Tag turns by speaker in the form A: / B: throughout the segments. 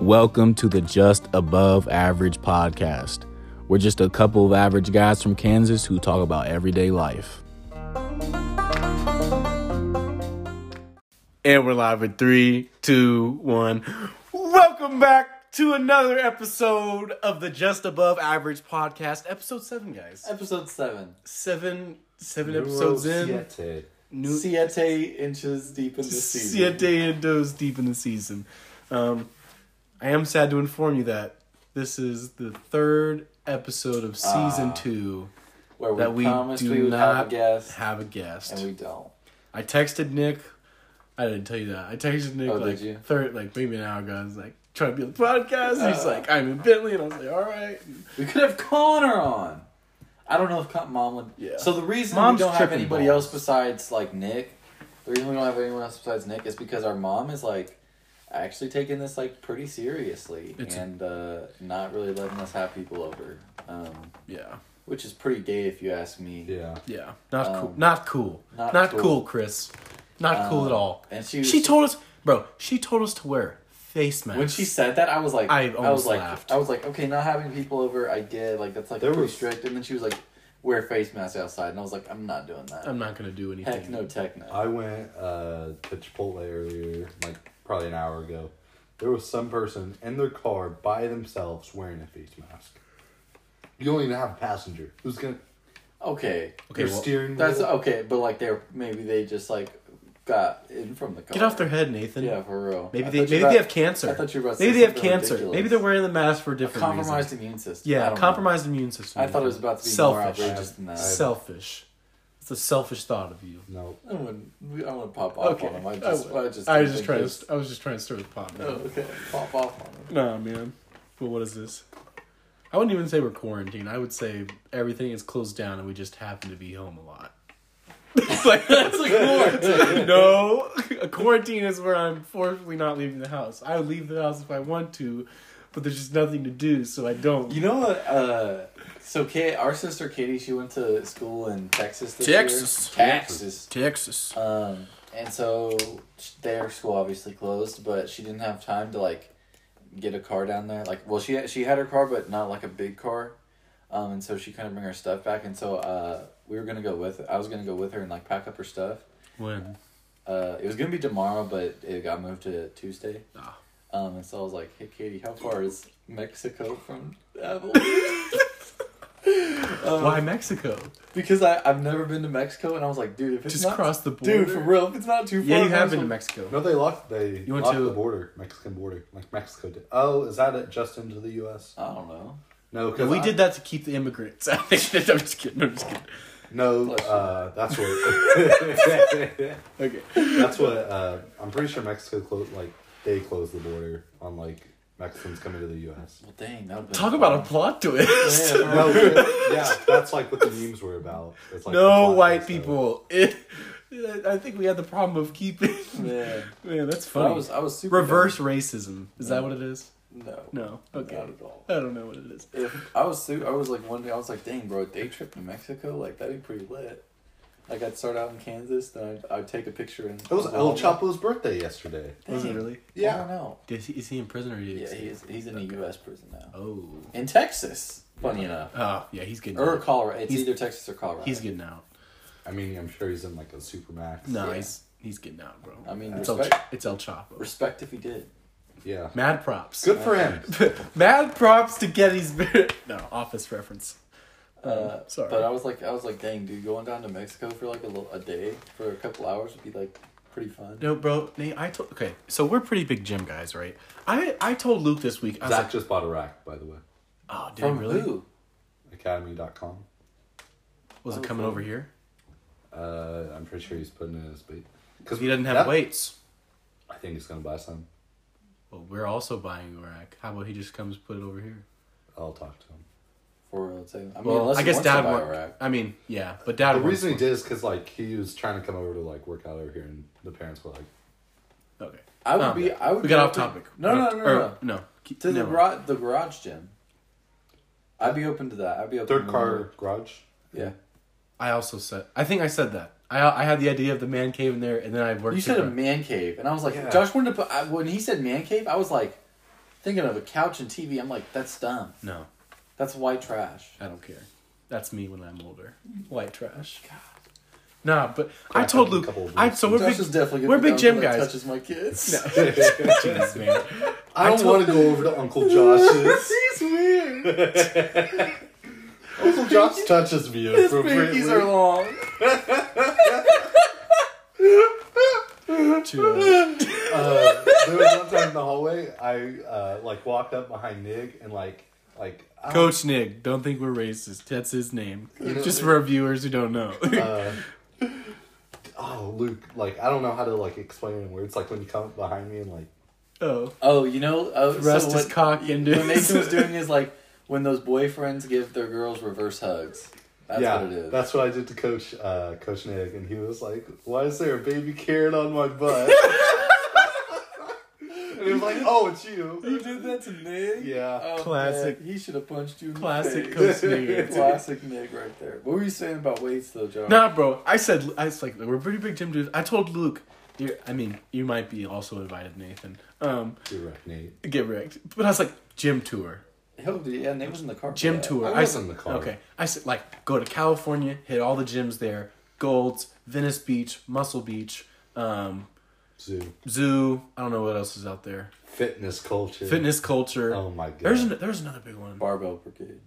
A: Welcome to the Just Above Average podcast. We're just a couple of average guys from Kansas who talk about everyday life.
B: And we're live in three, two, one. Welcome back to another episode of the Just Above Average podcast, episode seven, guys.
C: Episode seven.
B: Seven, seven episodes in.
C: Siete.
B: New
C: Siete inches deep in the season.
B: siete endos deep in the season. Um, I am sad to inform you that this is the third episode of season two
C: Where Ah. we
B: that we
C: promised
B: do
C: we would
B: not
C: have a guest,
B: Have a guest.
C: and we don't.
B: I texted Nick. I didn't tell you that. I texted Nick
C: Oh, did
B: like
C: you?
B: third, like maybe an hour ago. I was like trying to be on the podcast. He's
C: Uh.
B: like, I'm in Bentley, and I was like, all right.
C: We could have Connor on. I don't know if Con- Mom would.
B: Yeah.
C: So the reason
B: Mom's
C: we don't have
B: tripping
C: anybody
B: balls.
C: else besides like Nick, the reason we don't have anyone else besides Nick is because our mom is like actually taking this like pretty seriously
B: It's a-
C: and uh, not really letting us have people over, um,
B: Yeah,
C: which is pretty gay if you ask me.
D: Yeah.
B: yeah. Not cool.
C: Um,
B: Not cool. Not,
C: not
B: cool.
C: cool.
B: Chris. Not cool at
C: Um,
B: all.
C: And she was,
B: She told us, bro. She told us to wear face masks.
C: When she said that, I was like,
B: I
C: I,
B: almost
C: was like,
B: laughed.
C: I was like, okay, not having people over, I get like that's like
D: There
C: pretty
D: was-
C: strict. And then she was like, wear face masks outside, and I was like, I'm not doing that.
B: I'm not gonna do anything.
C: Heck no, techno.
D: I went uh, to Chipotle earlier, like probably an hour ago. There was some person in their car by themselves wearing a face mask. You don't even have a passenger. Who's gonna?
C: okay,
B: Okay,
D: your
B: well,
D: steering.
C: that's
D: wheel-
C: okay, but like they're maybe they just like got in from the car.
B: Get off their head, Nathan.
C: Yeah, for real.
B: Maybe
C: I
B: they
C: thought you
B: maybe
C: were
B: they have
C: about-
B: cancer.
C: I thought you were about to
B: maybe
C: say
B: they have
C: something
B: cancer.
C: ridiculous.
B: Maybe they're wearing the mask for a different
C: compromised
B: reason.
C: immune system. I
B: Yeah,
C: don't know.
B: compromised immune system.
C: I thought it was about to be
B: Selfish.
C: more outrageous than that.
B: selfish. It's a selfish thought of you.
D: No.
C: I wouldn't. I want to pop off on them. I just, I,
B: would.
C: just,
B: I
C: don't
B: was just
C: think
B: trying to.
C: it's-
B: st- I was just trying to stir the pot.
C: Oh, okay, pop off on them.
B: Nah, man. But what is this? I wouldn't even say we're quarantined. I would say everything is closed down, and we just happen to be home a lot. it's like that's like quarantine. no, a quarantine is where I'm fortunately not leaving the house. I would leave the house if I want to, but there's just nothing to do, so I don't.
C: You know what? Uh, so, Kate, our sister Katie, she went to school in Texas. This
B: Texas.
C: year. Texas.
B: Texas.
C: Um, and so sh- their school obviously closed, but she didn't have time to like get a car down there. Like, well, she had, she had her car, but not like a big car. Um, and so she couldn't bring her stuff back, and so uh, we were gonna go with. I was gonna go with her and like pack up her stuff.
B: When?
C: Uh, it was gonna be tomorrow, but it got moved to Tuesday.
B: Ah.
C: Um, and so I was like, "Hey, Katie, how far is Mexico from Abilene?" Um,
B: Why Mexico?
C: Because I I've never been to Mexico, and I was like, dude, if it's
B: Just
C: not
B: cross the border.
C: dude for real, if it's not too far,
B: Yeah, you
C: might
B: have
C: as
B: been to
C: well-
B: Mexico.
D: No, they locked. They
B: You went
D: locked
B: to-
D: the border, Mexican border, like Mexico did. Oh, is that it? Just into the U.S.
C: I don't know.
D: No,
B: Yeah,
D: because
B: we did that to keep the immigrants. I think I'm just kidding. I'm just kidding.
D: No,
C: Bless you.
D: uh, that's what.
B: Okay.
D: That's what uh, I'm pretty sure Mexico closed. Like they closed the border on like Mexicans coming to the U.S.
C: Well, dang, that would've been
B: Talk
C: fun.
B: about a plot twist.
C: Yeah,
D: No, yeah, that's like what the memes were about. It's like the
B: no
D: black
B: white
D: person.
B: people. It, I think we had the problem of keeping.
C: man.
B: Man, that's funny.
C: I was I was super
B: Reverse racism. Is that what it is?
C: dumb. No,
B: No. Okay.
C: not at all.
B: I don't know what it is.
C: If I was su- I was like one day I was like, dang, bro, a day trip to Mexico, like that'd be pretty lit. Like I'd start out in Kansas, then I'd, I'd take a picture and
D: It was El Chapo's birthday yesterday.
B: Was it really?
C: Yeah, I
D: Yeah.
C: don't know.
B: Is he, is he in prison or did he
C: Yeah, he's he's in a U.S. prison now
B: Oh.
C: in Texas. Funny enough,
B: Oh, yeah, he's getting
C: or
B: out.
C: Colorado. It's
B: He's-
C: either Texas or Colorado.
B: He's getting out.
D: I mean, I'm sure he's in like a supermax.
B: No,
C: Yeah.
B: he's, he's getting out, bro.
C: I mean,
B: it's, El,
C: respect-
B: Ch- it's El Chapo.
C: Respect if he did.
D: Yeah.
B: Mad props.
D: Good for him.
B: Mad props to Getty's. no, office reference.
C: Uh,
B: sorry.
C: But I was like, I was like, dang, dude, going down to Mexico for like a, little, a day for a couple hours would be like pretty fun.
B: No, bro. Nate, I told. Okay, so we're pretty big gym guys, right? I I told Luke this week. I was
D: Zach
B: like,
D: just bought a rack, by the way.
B: oh, dude,
C: From
B: really?
C: who?
D: Academy.com.
B: Was it
C: Oh,
B: coming
C: from-
B: over here?
D: Uh, I'm pretty sure he's putting in his bait. Because
B: He doesn't have weights.
D: I think he's going to buy some.
B: Well, we're also buying a rack. How about he just comes put it over here?
D: I'll talk to him.
C: For real, too. I mean,
B: Well,
C: unless
B: I
C: he
B: guess
C: wants to
B: Dad
C: buy a
B: won't.
C: rack.
B: I mean, yeah, but Dad.
D: The
B: wants
D: reason he
B: one.
D: did is because like he was trying to come over to like work out over here, and the parents were like,
B: Okay.
C: I would
B: Um,
C: be. I would.
B: We got
C: be
B: off
C: open-
B: topic.
C: No, no,
B: Not-
C: no, no.
B: or,
C: no.
B: no. Keep-
C: To the
B: never mind.
C: garage, the garage gym. I'd be open to that. I'd be open.
D: "Third
C: to
D: car
B: Mm.
D: garage."
C: Yeah.
B: I also said. I think I said that. I I had the idea of the man cave in there, and then I worked.
C: You said
B: the
C: a
B: gra-
C: man cave, and I was like,
D: Yeah.
C: Josh wanted to put. I, when he said man cave, I was like, Thinking of a couch and TV, I'm like, that's dumb.
B: No,
C: That's white trash.
B: I don't care. That's me when I'm older. White trash. Nah, but I
D: Crap,
B: told
D: I'm a
B: Luke.
D: couple of
B: I
D: weeks.
B: so we're
C: Josh
B: big.
C: is definitely gonna
B: we're
C: be
B: big
C: down for
B: gym
C: that
B: guys.
C: Touches my kids.
B: Jeez, man.
D: I don't want to go over to Uncle Josh's.
C: He's weird.
D: Uncle Josh touches me
C: His pinkies are
D: appropriately.
C: long.
B: Too,
D: Uh, there was one time in the hallway, I uh, like walked up behind Nick and like like I
B: uh,
D: don't-
B: Coach Nick, don't think we're racist. That's his name.
D: know-
B: Just for our viewers who don't know.
D: uh, oh Luke, like I don't know how to like explain it in words. Like when you come up behind me and like
B: oh,
C: Oh, you know, oh,
B: Thrust
C: so
B: his
C: what,
B: cock into
C: what
B: his-
C: Nathan was doing is like when those boyfriends give their girls reverse hugs. That's
D: yeah,
C: what it is.
D: that's what I did to Coach uh, Coach Nick, and he was like, "Why is there a baby carrot on my butt?" and he was like, "Oh, it's you."
C: you did that to Nick.
D: Yeah.
C: Oh,
B: Classic.
C: man, he should have punched you. In
B: classic
C: The
B: Coach Nick.
C: face. Classic Nick right there. What were you saying about weights though, Josh?
B: Nah, bro. I said I was like we're pretty big gym dudes. I told Luke, dear. I mean, you might be also invited, Nathan. Um,
D: You're right, Nate.
B: get wrecked. But I was like gym tour,
C: Hell, dude, yeah, Nate was in the car. for
B: gym
C: that.
B: tour.
D: I
B: I,
D: was
B: said-
D: in the car.
B: Okay, I said like go to California, hit all the gyms there: Golds, Venice Beach, Muscle Beach, um,
D: Zoo.
B: Zoo. I don't know what else is out there.
D: Fitness culture.
B: Fitness Culture.
D: Oh my god.
B: There's an, there's another big one.
C: Barbell Brigade.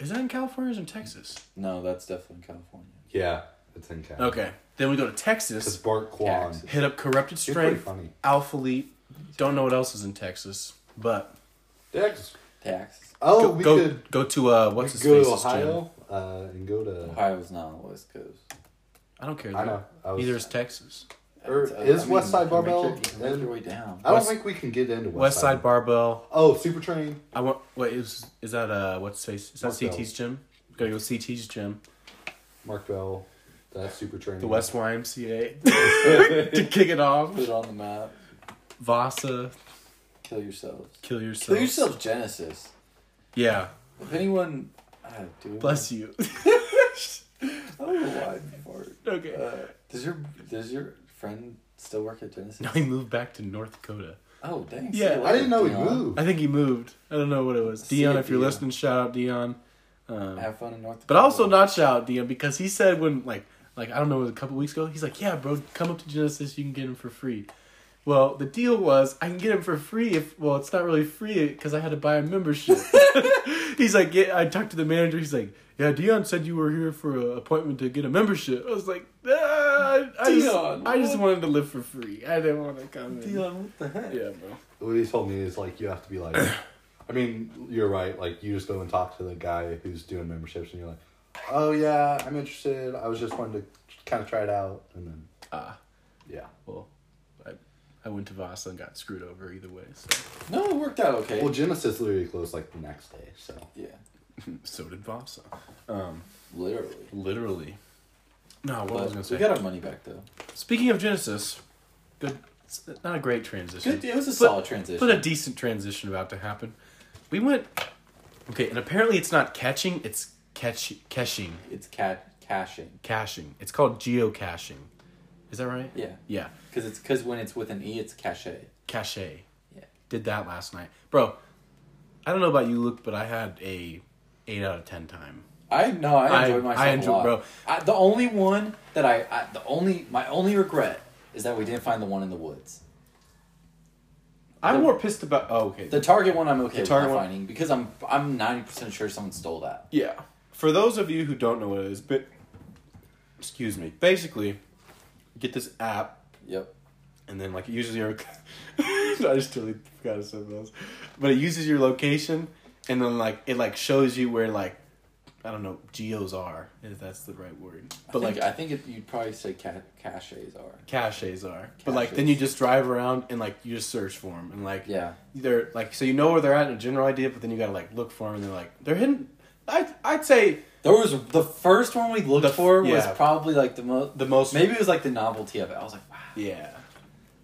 B: Is that in California or is it in Texas?
C: No, that's definitely in California.
D: yeah, it's in Canada.
B: Okay. Then we go to
D: It's
B: Texas,
D: Bart Kwan.
C: Taxes.
B: hit up Corrupted
D: He's pretty
B: Strength,
D: funny.
B: Alpha Elite. Don't know what else is in Texas, but
D: Dex.
C: Tax.
D: Oh,
B: go
D: we
B: go,
D: could
B: go to uh what's his
D: go
B: face?
D: to Ohio uh, and go to.
C: Ohio's not on the West Coast.
B: I don't care.
D: I know. I was,
B: Either is Texas.
D: Or
C: It's-
D: is West Side
C: uh, you can make
D: Barbell
C: your- you can Make
D: in-
C: your way down.
D: I don't
B: West-
D: think we can get into West,
B: West Side Barbell.
D: Oh, Super Train.
B: I want. What is is that? Uh, what's his face? Is that
D: Marco.
B: CT's gym? Gotta go CT's gym.
D: Mark Bell. That's Super Train.
B: The West YMCA to kick it off.
C: Put it on the map.
B: Vasa,
C: Kill yourselves.
B: kill yourself.
C: Kill yourself, Genesis.
B: Yeah,
C: If anyone, I do.
B: bless you.
C: I don't know why I fart.
B: okay.
C: Uh, does your does your friend still work at Genesis?
B: Now he moved back to North Dakota.
C: Oh dang!
B: Yeah,
D: I didn't know he
C: Dion.
D: moved.
B: I think he moved. I don't know what it was.
C: See
B: Dion,
C: ya,
B: if you're
C: Dion.
B: listening, shout out Dion. Um,
C: Have fun in North.
B: But also not shout out DM because he said when like like I don't know it was a couple weeks ago he's like yeah bro come up to Genesis you can get him for free. Well the deal was I can get him for free if well it's not really free because I had to buy a membership. he's like yeah, I talked to the manager he's like yeah Dion said you were here for an appointment to get a membership. I was like ah, I
C: Dion,
B: just, I just
C: what?"
B: wanted to live for free. I didn't want to come. in.
C: Dion, what the heck?
B: Yeah bro.
D: What he told me is like you have to be like. I mean, you're right. Like you just go and talk to the guy who's doing memberships, and you're like, "Oh yeah, I'm interested. I was just wanting to kind of try it out," and then
B: Ah
D: yeah.
B: well I I went to Vasa and got screwed over either way. So,
C: No, it worked out okay.
D: Well, Genesis literally closed like the next day, so
C: yeah,
B: so did Vasa. Um.
C: literally.
B: Literally. No, what I was
C: But
B: gonna
C: we
B: say.
C: got our money back though.
B: Speaking of Genesis, good. it's Not a great transition,
C: Good. It was a solid transition.
B: but a decent transition about to happen. We went. Okay, and apparently it's not catching; it's catch caching,
C: it's cat caching.
B: caching. It's called geocaching. Is that right?
C: Yeah,
B: Yeah,
C: because it's because when it's with an e, it's cachet.
B: cache.
C: Yeah.
B: Did that last night, bro. I don't know about you, Luke, but I had a eight out of ten time.
C: I no, I
B: I-
C: enjoyed myself
B: I
C: a
B: enjoy-
C: lot.
B: bro.
C: I, the only one that I, I, the only my only regret is that we didn't find the one in the woods.
B: I'm more pissed about. Oh, okay.
C: The Target one, I'm okay with
B: Target
C: not
B: one-
C: finding because I'm I'm ninety percent sure someone stole that.
B: Yeah. For those of you who don't know what it is, but excuse me. Basically, get this app
C: Yep.
B: and then like it uses your I just totally forgot something else. But it uses your location and then like it like shows you where like I don't know, geos are, if that's the right word. But
C: I think,
B: like
C: I think it, you'd probably say ca- caches are.
B: caches are. But like then
C: Caches.
B: you just drive around and like you just search for them and like
C: Yeah.
B: they're like so you know where they're at in a general idea, but then you gotta like look for them and they're like they're hidden. I I'd say
C: There was the first one we looked
B: The f-
C: for
B: yeah.
C: was probably like the most.
B: the most
C: Maybe it was like the novelty of it. I was like, wow,
B: yeah.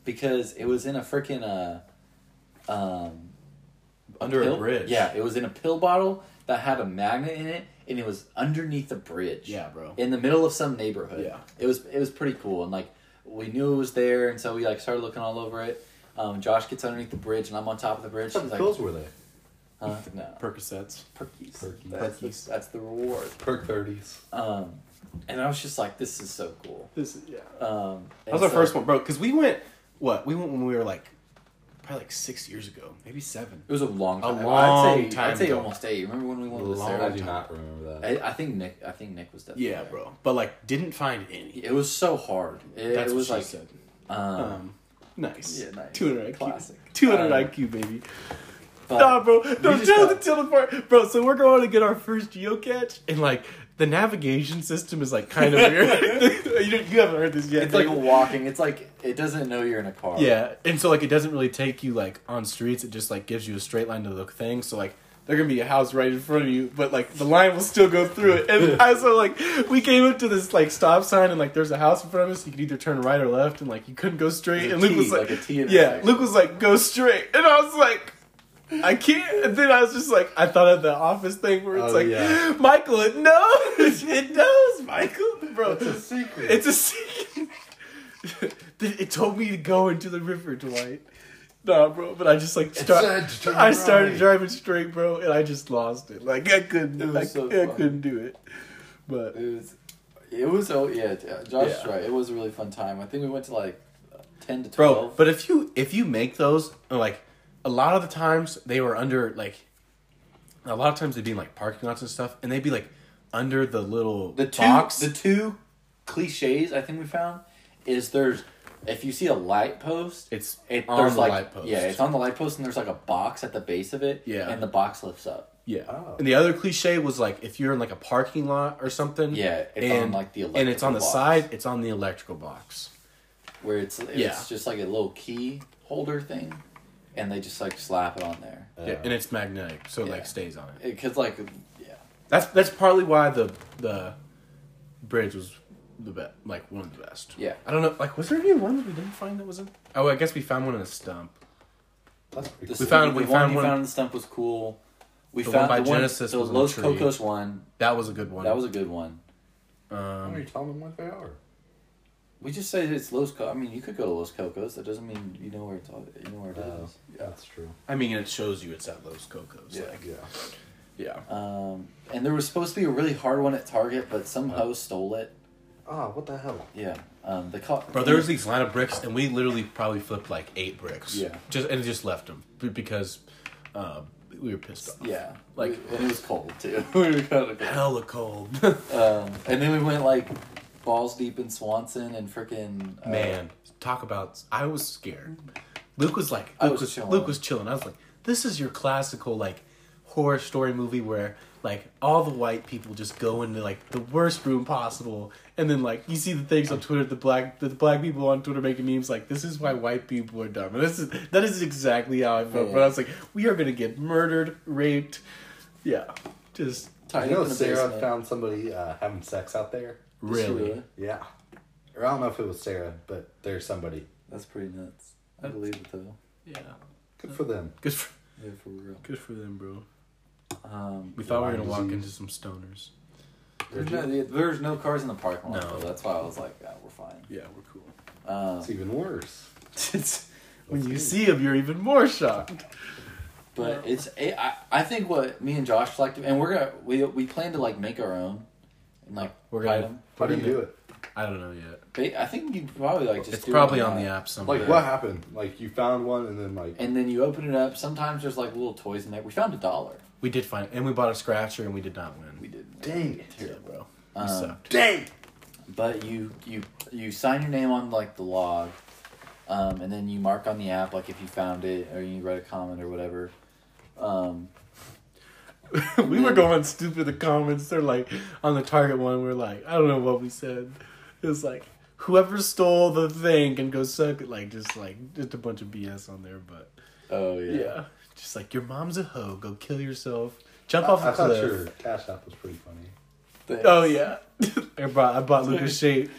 C: because it was in a freaking uh, um,
B: Under a
C: pill-
B: bridge.
C: Yeah, it was in a pill bottle that had a magnet in it, and it was underneath a bridge.
B: Yeah, bro.
C: in the middle of some neighborhood.
B: Yeah.
C: It was it was pretty cool and like we knew it was there and so we like started looking all over it Um, Josh gets underneath the bridge, and I'm on top of the bridge.
D: What type
C: She's like,
D: of pills were they?
C: huh? No.
B: Percocets.
C: Perkies.
D: Perkies.
C: That's,
B: Perkies.
C: The, that's the reward.
D: Perk thirties.
C: Um, and I was just like, this is so cool.
B: This is, yeah.
C: Um,
B: That was our first one, bro. Because we went, what? We went when we were like, probably like six years ago, maybe seven.
C: It was a long
B: A
C: time.
B: long
C: I'd say,
B: time
C: I'd say
B: ago.
C: almost eight. Remember when we went to
D: I do
C: Sarah?
D: not remember that.
C: I, I think Nick. I think Nick was definitely.
B: Yeah,
C: there.
B: bro. But like, didn't find any.
C: It was so hard. It,
B: That's
C: it was
B: what
C: like.
B: she said.
C: Um,
B: Um, nice.
C: yeah, nice.
B: 200 IQ.
C: Classic.
B: 200
C: Um,
B: IQ, baby.
C: but
B: Nah, bro. No,
C: just
B: tell
C: got-
B: the tell the part, bro. So we're going to get our first geocache, and like the navigation system is like kind of weird. you, don't- you haven't heard this yet.
C: it's like
B: dude.
C: walking. It's like it doesn't know you're in a car.
B: yeah, and so like it doesn't really take you like on streets. It just like gives you a straight line to the thing. So like. There gonna be a house right in front of you, but like the line will still go through it. And I so like we came up to this like stop sign, and like there's a house in front of us. You could either turn right or left, and like you couldn't go straight.
C: There's a
B: And Luke
C: T,
B: was like,
C: like a T
B: yeah,
C: intersection.
B: Luke was like, go straight, and I was like, I can't. And then I was just like, I thought of the office thing where it's
D: Oh,
B: like,
D: yeah.
B: Michael, it knows, it knows, Michael, bro.
D: It's a secret.
B: It's a secret. it told me to go into the river, Dwight. Nah, bro. But I just like start.
D: said to turn
B: I started
D: right.
B: driving straight, bro, and I just lost it. Like I couldn't.
C: It was
B: I,
C: so
B: I
C: fun.
B: couldn't do it. But
C: It was. It was. Oh yeah. t- Josh is
B: Yeah.
C: right. It was a really fun time. I think we went to like ten to twelve.
B: bro, but if you if you make those like a lot of the times they were under like a lot of times they'd be in like parking lots and stuff, and they'd be like under the little
C: the two
B: box.
C: the two cliches I think we found is there's if you see a light post,
B: it's
C: it,
B: on
C: there's
B: the
C: like
B: light post.
C: yeah, it's on the light post and there's like a box at the base of it.
B: Yeah.
C: and the box lifts up.
B: Yeah.
D: Oh.
B: And the other cliche was like if you're in like a parking lot or something.
C: Yeah, it's
B: and,
C: on like the
B: and it's on the
C: electrical box.
B: side. It's on the electrical box.
C: where it's
B: Yeah.
C: it's just like a little key holder thing, and they just like slap it on there
D: Uh,
B: yeah, and it's magnetic, so it
C: Oh. Yeah.
B: like stays on it.
C: because like yeah
B: That's that's partly why the the bridge was the best, like one of the best.
C: Yeah.
B: I don't know. Like, was there any one that we didn't find that was in? Oh, I guess we found one in a stump.
D: that's
B: We
C: the
D: pretty cool.
C: stump-
B: found-
C: the
B: we
C: one
B: found
C: you
B: one-
C: found in the stump was cool. We
B: The one
C: found
B: by
C: the one,
B: Genesis
C: the
B: was in a
C: Los
B: tree.
C: Cocos one.
B: That was a good one.
C: That was a good one.
D: Why are you
B: Um,
D: telling them what they are?
C: We just say it's Los. Co- I mean, you could go to Los Cocos. That doesn't mean you know where it's all. You know where it
D: Oh,
C: is.
D: that's true.
B: I mean, it shows you it's at Los Cocos.
C: Yeah.
B: Like,
D: Yeah.
B: yeah.
C: Um, and there was supposed to be a really hard one at Target, but some host stole it.
D: Ah, what the hell?
C: Yeah. Um, they caught.
B: Bro, there was these line of bricks, and we literally probably flipped like eight bricks.
C: Yeah.
B: Just and just left them b- because uh, we were pissed off.
C: Yeah.
B: Like-
C: Like and it was cold too. we were kind of cold.
B: Hella cold.
C: Um, and then we went like balls deep in Swanson and freaking uh,
B: Man, talk about! I was scared. Luke was like, Luke
C: I
B: was,
C: was chilling.
B: Luke was chilling. I was like, this is your classical like horror story movie where like all the white people just go into like the worst room possible, and then like you see the things on Twitter, the black the black people on Twitter making memes like, this is why white people are dumb, and this is that is exactly how I felt.
C: Yeah.
B: But I was like, we are gonna get murdered, raped, yeah, just
C: tied
D: I
C: up
D: know
C: in the
D: Sarah
C: basement.
D: found somebody uh, having sex out there.
B: really.
D: Yeah. Or I don't know if it was Sarah, but there's somebody.
C: That's pretty nuts. I believe it though.
B: Yeah,
D: Good for them.
B: good for
C: Yeah, for real.
B: good for them, bro.
C: Um,
B: We thought we were
D: Lyme
B: gonna walk
D: disease.
B: into some stoners.
C: there's no, there's no cars in the parking lot.
B: No.
C: though. that's why I was like, ah, we're fine.
B: Yeah, we're cool.
C: Um,
D: It's even worse.
B: It's, when you
D: That's
B: see him, you're even more shocked.
C: But it's it, I I think what me and Josh like to, and we're gonna we we plan to like make our own, and like
B: We're
C: hide
B: gonna-
C: 'em.
D: How do you do it?
B: I don't know yet.
C: Ba- I think you probably like just
B: it's
C: do
B: probably
C: it
B: on the
C: that.
B: app somewhere.
D: Like, what happened? Like, you found one and then, like,
C: And then you open it up. Sometimes there's like little toys in there. We found a dollar.
B: We did find, and we bought a scratcher, and we did not
C: We
B: win.
C: didn't.
D: dang it.
B: Yeah, bro, we
C: Um,
B: sucked.
D: Dang!
C: But you you you sign your name on like the log, um, and then you mark on the app like if you found it or you read a comment or whatever. Um,
B: we were going stupid. in The comments they're like on the target one. We're like, I don't know what we said. It was like whoever stole the thing can go suck it. Like just like just a bunch of BS on there. But
C: oh
B: yeah,
C: yeah.
B: just like your mom's a hoe. Go kill yourself. Jump off
D: I,
B: a
D: I thought
B: cliff.
D: your Cash App was pretty funny.
C: Thanks.
B: Oh yeah, I bought I bought Lucas shape,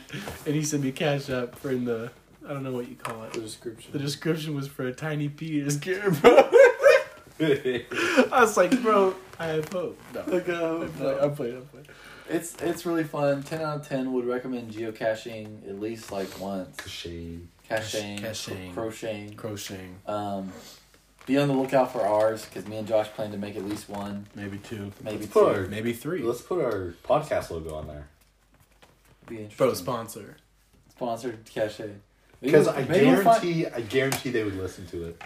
B: and he sent me cash up for in the I don't know what you call
C: The
B: it.
C: description.
B: The description was for a tiny penis carrot, bro. I was like, bro, I have hope. No, I
C: Like, oh,
B: played, I played, I played.
C: It's it's really fun. Ten out of ten would recommend geocaching at least like once.
D: Shame.
C: Crocheting.
B: Crocheting.
C: Crocheting.
B: Crocheting.
C: Um, be on the lookout for ours because me and Josh plan to make at least one,
B: Maybe two.
C: maybe
D: put
C: two.
D: our-
B: Maybe three.
D: Let's put our podcast logo on there.
C: Be
B: Bro,
C: interesting.
B: sponsor.
C: Sponsored cachet.
D: Because I
C: Maybe we'll find-
D: guarantee, I guarantee they would listen to it.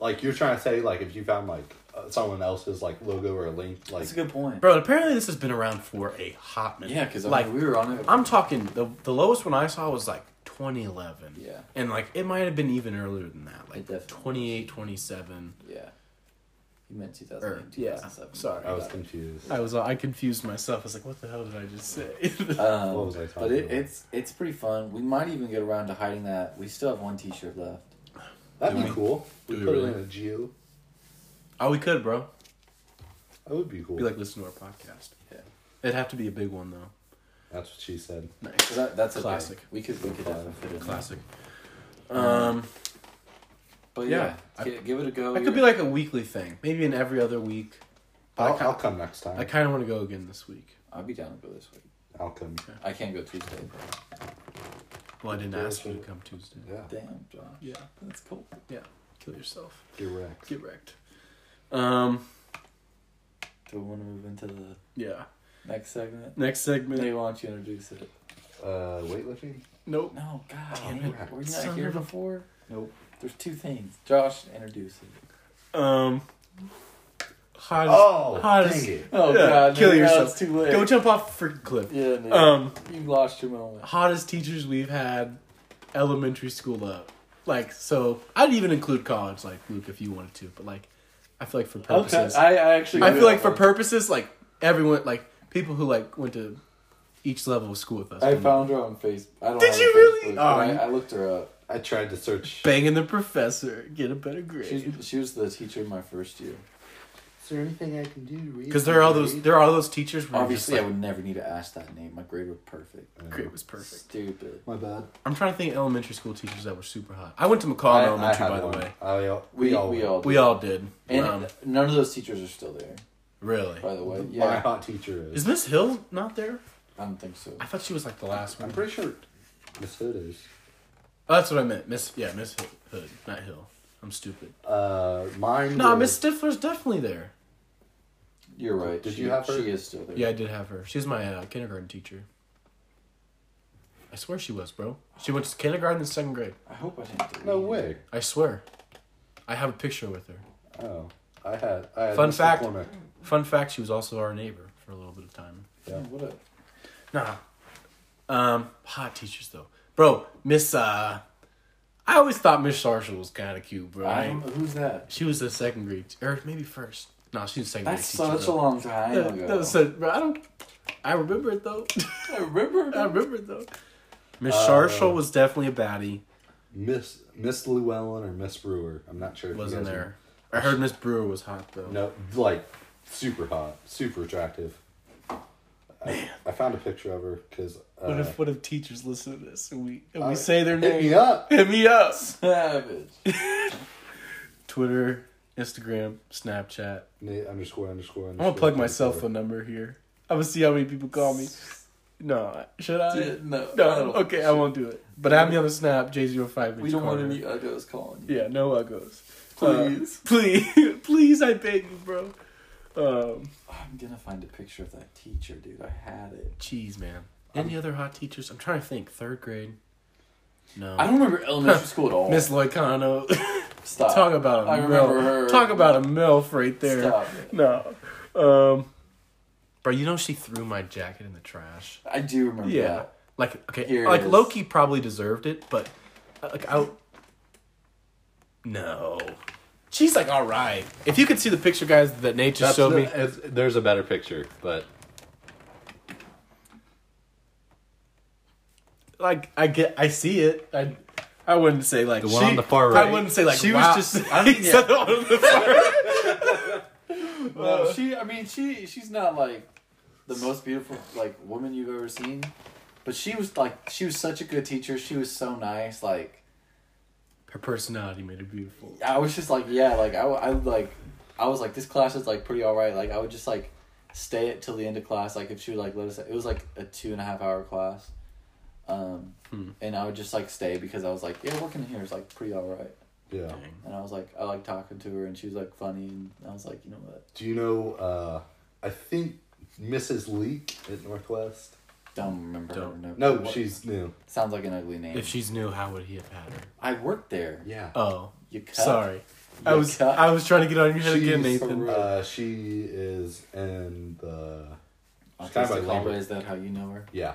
D: Like you're trying to say, like if you found like uh, someone else's like logo or a link, like
C: That's a good point.
B: Bro, apparently this has been around for a hot minute.
C: Yeah, because
B: like
C: we were on it.
B: I'm talking the the lowest one I saw was like 2011.
C: Yeah.
B: And like it might have been even earlier than that,
C: It
B: like
C: definitely
B: 28, 27.
C: yeah. You meant 2008,
B: Or, Er, yeah.
C: 2007.
B: Sorry.
D: I was confused.
B: I was I confused myself. I was like, what the hell did I just say?
C: Um,
D: What was I
C: but
D: talking
C: it,
D: about?
C: it's it's pretty fun. We might even get around to hiding that. We still have one T-shirt left.
D: That'd be
B: Do we-
D: cool.
B: do
D: We
B: we
D: put
B: really?
D: it in a geo.
B: oh, we could, bro.
D: That would be cool.
B: We like listen to our podcast.
C: Yeah.
B: It'd have to be a big one though.
D: That's what she said.
C: So
B: Nice.
C: that, that's okay.
B: Classic.
C: We could we could definitely fit it in.
B: Classic. Um
C: But
B: Yeah.
C: yeah, gi- give it a go.
B: that could be like a weekly thing. Maybe an every other week. But
D: I'll,
B: I ki-
D: I'll come next
B: I
D: time.
B: kind of want to go again this week.
C: I'll be down to go this week.
D: I'll come.
C: I can't go Tuesday.
B: Well, I didn't
D: Yeah,
B: ask you to
D: sure.
B: come Tuesday.
D: Yeah,
C: Damn, Josh.
B: Yeah.
C: That's cool.
B: Kill yourself.
D: you're wrecked.
B: Get wrecked. Um,
C: Do we want to move into the
B: yeah.
C: next segment?
B: Next segment.
C: Maybe why don't you introduce it?
D: Uh, weightlifting.
B: Nope.
C: No, God,
D: Damn
C: were-
D: it.
C: were you
B: Son
C: not here
B: of a-
C: before? Nope. There's two things. Josh, introduce it.
B: Um. Hottest,
D: Oh,
B: hottest.
D: dang it.
C: Oh
B: Yeah,
C: God,
B: kill
C: no, now
B: yourself.
C: It's too late.
B: Go jump off a freaking cliff.
C: yeah, dude,
B: Um,
C: you lost your moment.
B: hottest teachers we've had, elementary school up. Like so, I'd even include college, like Luke, if you wanted to. But like, I feel like for
C: Okay,
B: purposes,
C: I, I actually.
B: I feel like for purposes, like everyone, like people who like went to each level of school with us,
C: I
B: been
C: found her on Facebook. I don't
B: Did
C: have
B: you
C: a
B: really?
C: Facebook, but
B: Oh,
C: I,
B: you-
C: I looked her up.
D: I tried to search.
B: banging the professor, get a better grade.
C: She, she was the teacher my first year.
D: Is there anything I can do to read?
B: Because there are all those, there are all those teachers. Where Obviously,
C: Obviously, I
B: like,
C: would never need to ask that name. My grade was perfect.
B: grade was perfect.
C: Stupid.
D: My bad.
B: I'm trying to think of elementary school teachers that were super hot. I went to McCall
D: I- I
B: Elementary,
D: had
B: by the
D: one.
B: way.
D: I, all-
C: We,
D: we, all
C: we
D: went.
C: all did.
B: We all did.
C: and
B: um,
C: none of those teachers are still there.
B: really?
C: By the way,
D: My
C: yeah,
D: hot teacher is.
B: Is Miss Hill not there?
C: I don't think so.
B: I thought she was like the last
D: I'm
B: one.
D: pretty sure Miss Hood is.
B: Oh, that's what I meant. Miss, yeah, Miss Hood, Hood, not Hill. I'm stupid.
D: Uh, mine.
B: No,
D: was-
B: Miss Stifler's definitely there.
C: You're right.
D: Did
C: she,
D: you have her?
C: She is still there.
B: Yeah, I did have her. She was my uh, kindergarten teacher. I swear she was, bro. She went to kindergarten and second grade.
C: I hope I didn't. delete
D: No
C: it.
D: way.
B: I swear. I have a picture with her.
D: Oh, I had. I had
B: Fun
D: Miss
B: fact.
D: McCormick.
B: Fun fact: she was also our neighbor for a little bit of time.
C: Yeah, what up?
B: Nah. Um, hot teachers though, bro. Miss uh, I always thought Miss Sarshall was kind of cute, bro.
C: I don't, who's that?
B: She was a second grade, or maybe first. No, she was a second
C: That's
B: grade teacher.
C: such a long time
B: bro.
C: ago.
B: That, that was so, bro. I don't. I remember it though.
C: I remember.
B: I remember it though. Miss
D: Uh,
B: Sarshall was definitely a baddie.
D: Miss Miss Llewellyn or Miss Brewer. I'm not sure. if you
B: Wasn't
D: guys
B: there? I heard Miss Brewer was hot though.
D: know. No, uh, like super hot, super attractive. I, I found a picture of her because. Uh,
B: What if what if teachers listen to this and we and
D: I-
B: we say their
D: hit me
B: name?
D: up.
B: Hit me up.
C: Savage.
B: Twitter, Instagram, Snapchat.
D: Nate underscore underscore.
B: I'm gonna plug my cell phone number here. I'm gonna see how many people call me. No, should I?
C: Dude, Uh, no.
B: No,
C: I don't-
B: okay, I won't do it. But have me on the snap, J05.
C: We don't want any uggos calling you.
B: Yeah, no uggos.
C: Please.
B: Uh, please, please, I beg you, bro. Um,
C: Oh, I'm gonna find a picture of that teacher, dude. I had it.
B: Jeez, man. Any other hot teachers? I'm trying to think. Third grade? No.
C: I don't remember elementary school at all.
B: Miss Loicano.
C: Stop.
B: Talk about a
C: I
B: MILF.
C: remember her.
B: Talk about a MILF right there.
C: Stop it.
B: No. Um, bro, you know she threw my jacket in the trash.
C: I do remember
B: Yeah.
C: that.
B: Like okay,
C: Here it
B: like
C: is.
B: Loki probably deserved it, but uh, like I. No, she's like all right. If you could see the picture, guys, that Nate just showed me.
D: There's a better picture, but
B: Like I get, I see it. I, I wouldn't say like
D: The one
B: she-
D: on the far
B: I
D: right.
B: wouldn't say like
C: She was
B: wow.
C: just-
B: I mean, yeah.
C: Well, she. I mean, she. She's not like the most beautiful like woman you've ever seen, but she was like she was such a good teacher. She was so nice. Like
B: Her personality made it beautiful.
C: I was just like yeah. Like I, I like I was like this class is like pretty all right. Like I would just like stay it till the end of class. Like if she would like let us. It was like a two and a half hour class. Um,
B: Hmm.
C: And I would just like stay because I was like, yeah, working here is like pretty all right.
D: Yeah.
B: Dang.
C: And I was like, I like talking to her and she was like funny. And I was like, you know what?
D: Do you know? Uh, I think Mrs. Leak at Northwest.
C: Don't remember
B: Don't.
C: her.
D: No,
C: What-
D: she's new.
C: Sounds like an ugly name.
B: If she's new, how would he have had her?
C: I worked there.
D: Yeah.
B: Oh,
C: You cut.
B: sorry. I
C: You
B: was
C: cut.
B: I was trying to get on your head
D: She's,
B: again, Nathan.
D: Uh, she is in the. She's kind of
C: Autistic
D: like
C: Laura,
D: Lambert.
C: is that how you know her?
D: Yeah,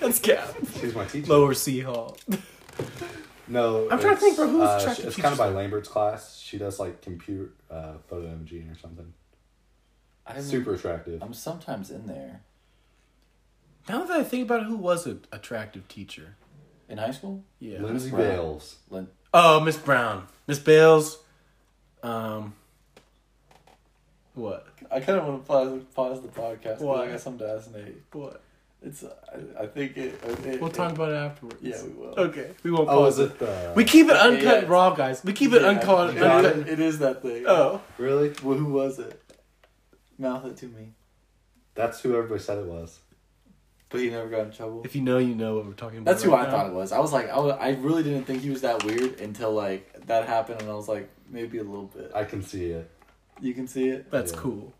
B: That's Cap.
D: she's my teacher.
B: Lower C Hall.
D: No,
B: I'm trying to think,
D: it's,
B: bro, who's
D: uh,
B: track
D: she-
B: and
D: It's kind
B: teachers
D: of by Lambert's class. She does like computer uh, photo imaging or something.
C: I haven't-
D: Super attractive.
C: I'm sometimes in there.
B: Now that I think about it, who was an attractive teacher?
C: In high school?
B: Yeah.
D: Lindsay
C: Brown.
D: Bales.
C: Lynn,
B: Oh, Miss Brown. Miss Bales. Um. What?
C: I kind of want to pause, pause the podcast. 'cause
B: Why?
C: I got something to ask Nate.
B: What?
C: It's, uh, I, I think it, it.
B: We'll
C: it-
B: talk about it afterwards.
C: Yeah, we will.
B: Okay. We won't
D: Oh, is
B: pause
D: it
B: it.
D: the?
B: We keep it
C: Okay,
B: uncut
C: yeah.
B: raw, guys. We keep it
C: Yeah,
B: uncut.
D: you got
B: uncut.
D: it.
C: It is that thing.
B: Oh.
D: really?
C: Well, who was it? Mouth it to me.
D: That's who everybody said it was.
C: But he never got in trouble.
B: If you know, you know what we're talking about.
C: That's who
B: right now.
C: I thought it was. I was like, I, was, I really didn't think he was that weird until like that happened, and I was like, maybe a little bit.
D: I can see it.
C: You can see it.
B: That's
D: Yeah.
B: cool.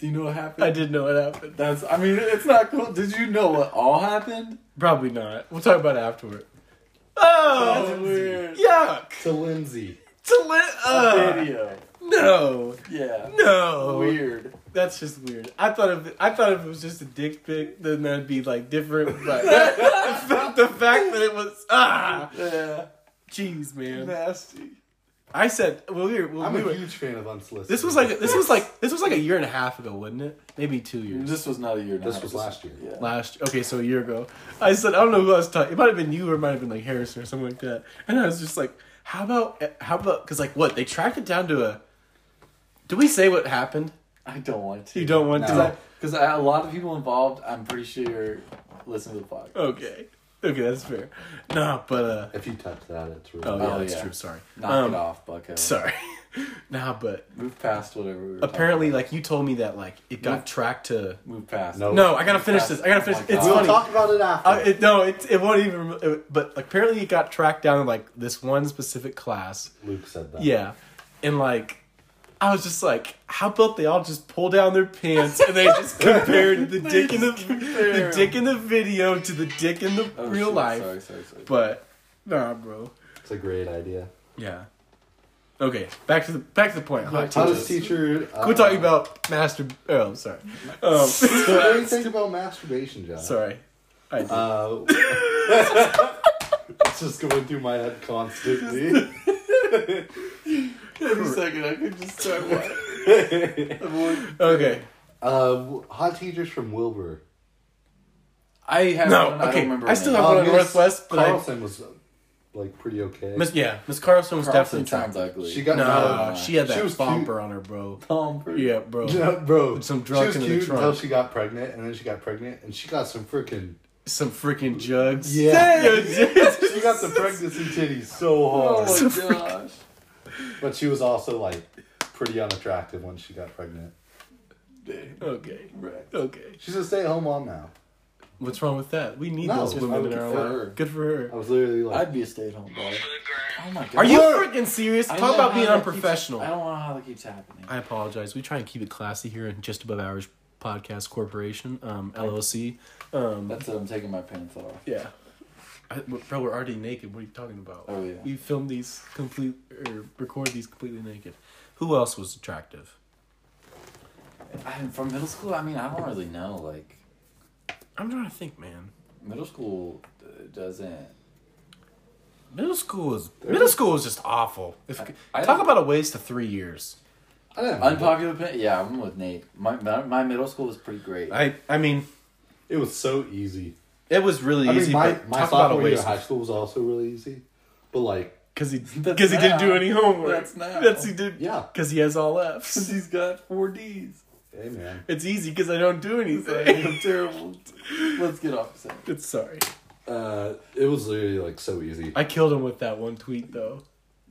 C: Do you know what happened?
B: I did know what happened.
C: That's. I mean, it's not cool. Did you know what all happened?
B: Probably not. We'll talk about it afterward. Oh,
C: That's weird.
B: yuck!
D: To Lindsay.
B: To let
C: A
B: uh,
C: video.
B: no,
C: Yeah.
B: no.
C: Weird.
B: That's just weird. I thought if I thought if it was just a dick pic, then that'd be like different. But the fact- the fact that it was ah,
C: Yeah.
B: jeez, man.
C: Nasty.
B: I said well, we were, well,
D: I'm
B: we
D: a
B: were
D: huge fan of unsolicited.
B: this was like this was like this was like a year and a half ago, wasn't it? Maybe two years.
C: This was not a year. and a
D: This
C: half.
D: was last year.
C: Yeah.
B: last okay so a year ago i said i don't know who i was talking it might have been you or it might have been like harrison or something like that and i was just like how about how about because like what they tracked it down to a do we say what happened
C: I don't want to.
B: you don't want
D: No.
B: to
C: Because a lot of people involved, I'm pretty sure, listen to the podcast.
B: okay okay that's fair no but uh
D: If you touch that, it's really.
B: oh yeah
C: Oh,
B: that's
C: yeah.
B: true sorry
C: Knock
B: Um,
C: it off, Bucko.
B: sorry nah but
C: Move past whatever. We were talking
B: apparently
C: about.
B: like you told me that like it got tracked to
C: move past.
D: No.
B: no i gotta finish this i gotta finish
C: Oh my
B: it's
C: God.
D: We'll
B: funny
D: talk about it after.
B: Uh, it, no, it, it won't even. It, but apparently, it got tracked down in like this one specific class,
D: Luke said that.
B: Yeah. And like I was just like, how about they all just pull down their pants and they just compared the dick in the the
C: compare.
B: dick in the video to the dick in the
C: Oh,
B: real
C: shit,
B: life.
C: Sorry, sorry, sorry.
B: But nah, bro.
D: It's a great idea.
B: Yeah. Okay, back to the back to the point. Hot
D: How
B: teacher.
D: does teacher? Uh,
B: We're talking about master. Oh, I'm sorry. Um,
D: What do you think about masturbation, John?
B: sorry. I did.
D: Uh, it's just going through my head constantly.
C: Every second I could just start watching.
B: okay.
D: uh, w- hot teachers from Wilbur.
C: I have
B: No.
C: one, I don't
B: Okay.
C: remember.
B: I, still
C: her
B: have
C: name.
D: Uh,
B: one on
D: Miss
B: Northwest, but I,
D: Carlson was uh, like pretty okay.
B: Miss yeah, Miss Carlson was
C: Carlson
B: definitely trying.
C: sounds ugly.
D: she got
B: No,
D: mad.
B: she had
D: She
B: that
D: was cute.
B: bumper on her, bro.
C: Tom Brady.
B: Yeah, bro.
D: Yeah, bro.
B: Some
D: she
B: drunk
D: was
B: in the
D: cute
B: trunk.
D: until she got pregnant, and then she got pregnant, and she got some freaking.
B: Some freaking jugs.
D: Yeah.
B: Yo, dude.
D: She got the pregnancy titties so
C: Oh
D: hard,
C: my gosh.
D: but she was also like pretty unattractive when she got pregnant.
C: Dude,
B: okay.
C: right.
B: Okay.
D: She's a stay-at-home mom now.
B: What's wrong with that? We need
D: No,
B: those women in
D: good
B: our
C: for her.
B: life. Good for her.
D: I was literally like,
C: I'd be a stay-at-home boy. Oh my god.
B: Are you freaking serious?
C: I
B: Talk
C: don't know
B: about
C: how
B: being
C: that keeps-
B: unprofessional.
C: I don't know how that keeps happening.
B: I apologize. We try and keep it classy here in Just Above Average Podcast Corporation, um, LLC. Um,
C: That's it. I'm taking my pants off.
B: yeah. I, bro, we're already naked. What are you talking about?
C: Oh, yeah.
B: We filmed these complete or record these completely naked. Who else was attractive?
C: I, from middle school, I mean, I don't really know. Like,
B: I'm trying to think, man.
C: middle school uh, doesn't.
B: Middle school is middle school is just awful. If
C: I
B: talk
C: don't-
B: about a waste of three years.
D: I didn't. mind it.
C: Unpopular opinion? Yeah, I'm with Nate. My, my, my middle school was pretty great.
B: I I mean,
D: It was so easy.
B: it was really
D: I mean,
B: easy.
D: my,
B: but
D: my
B: talk about a
D: sophomore year of
B: waste
D: high school was also really easy, but like,
B: because he
C: That's
B: because he didn't do
C: now.
B: any homework.
C: That's now.
B: That's he did.
D: Yeah.
B: because he has all Fs.
C: he's got four D's.
D: hey man,
B: It's easy because I don't do anything.
C: I'm terrible. Let's get off the
B: it's sorry.
D: uh, it was literally like so easy.
B: I killed him with that one tweet though.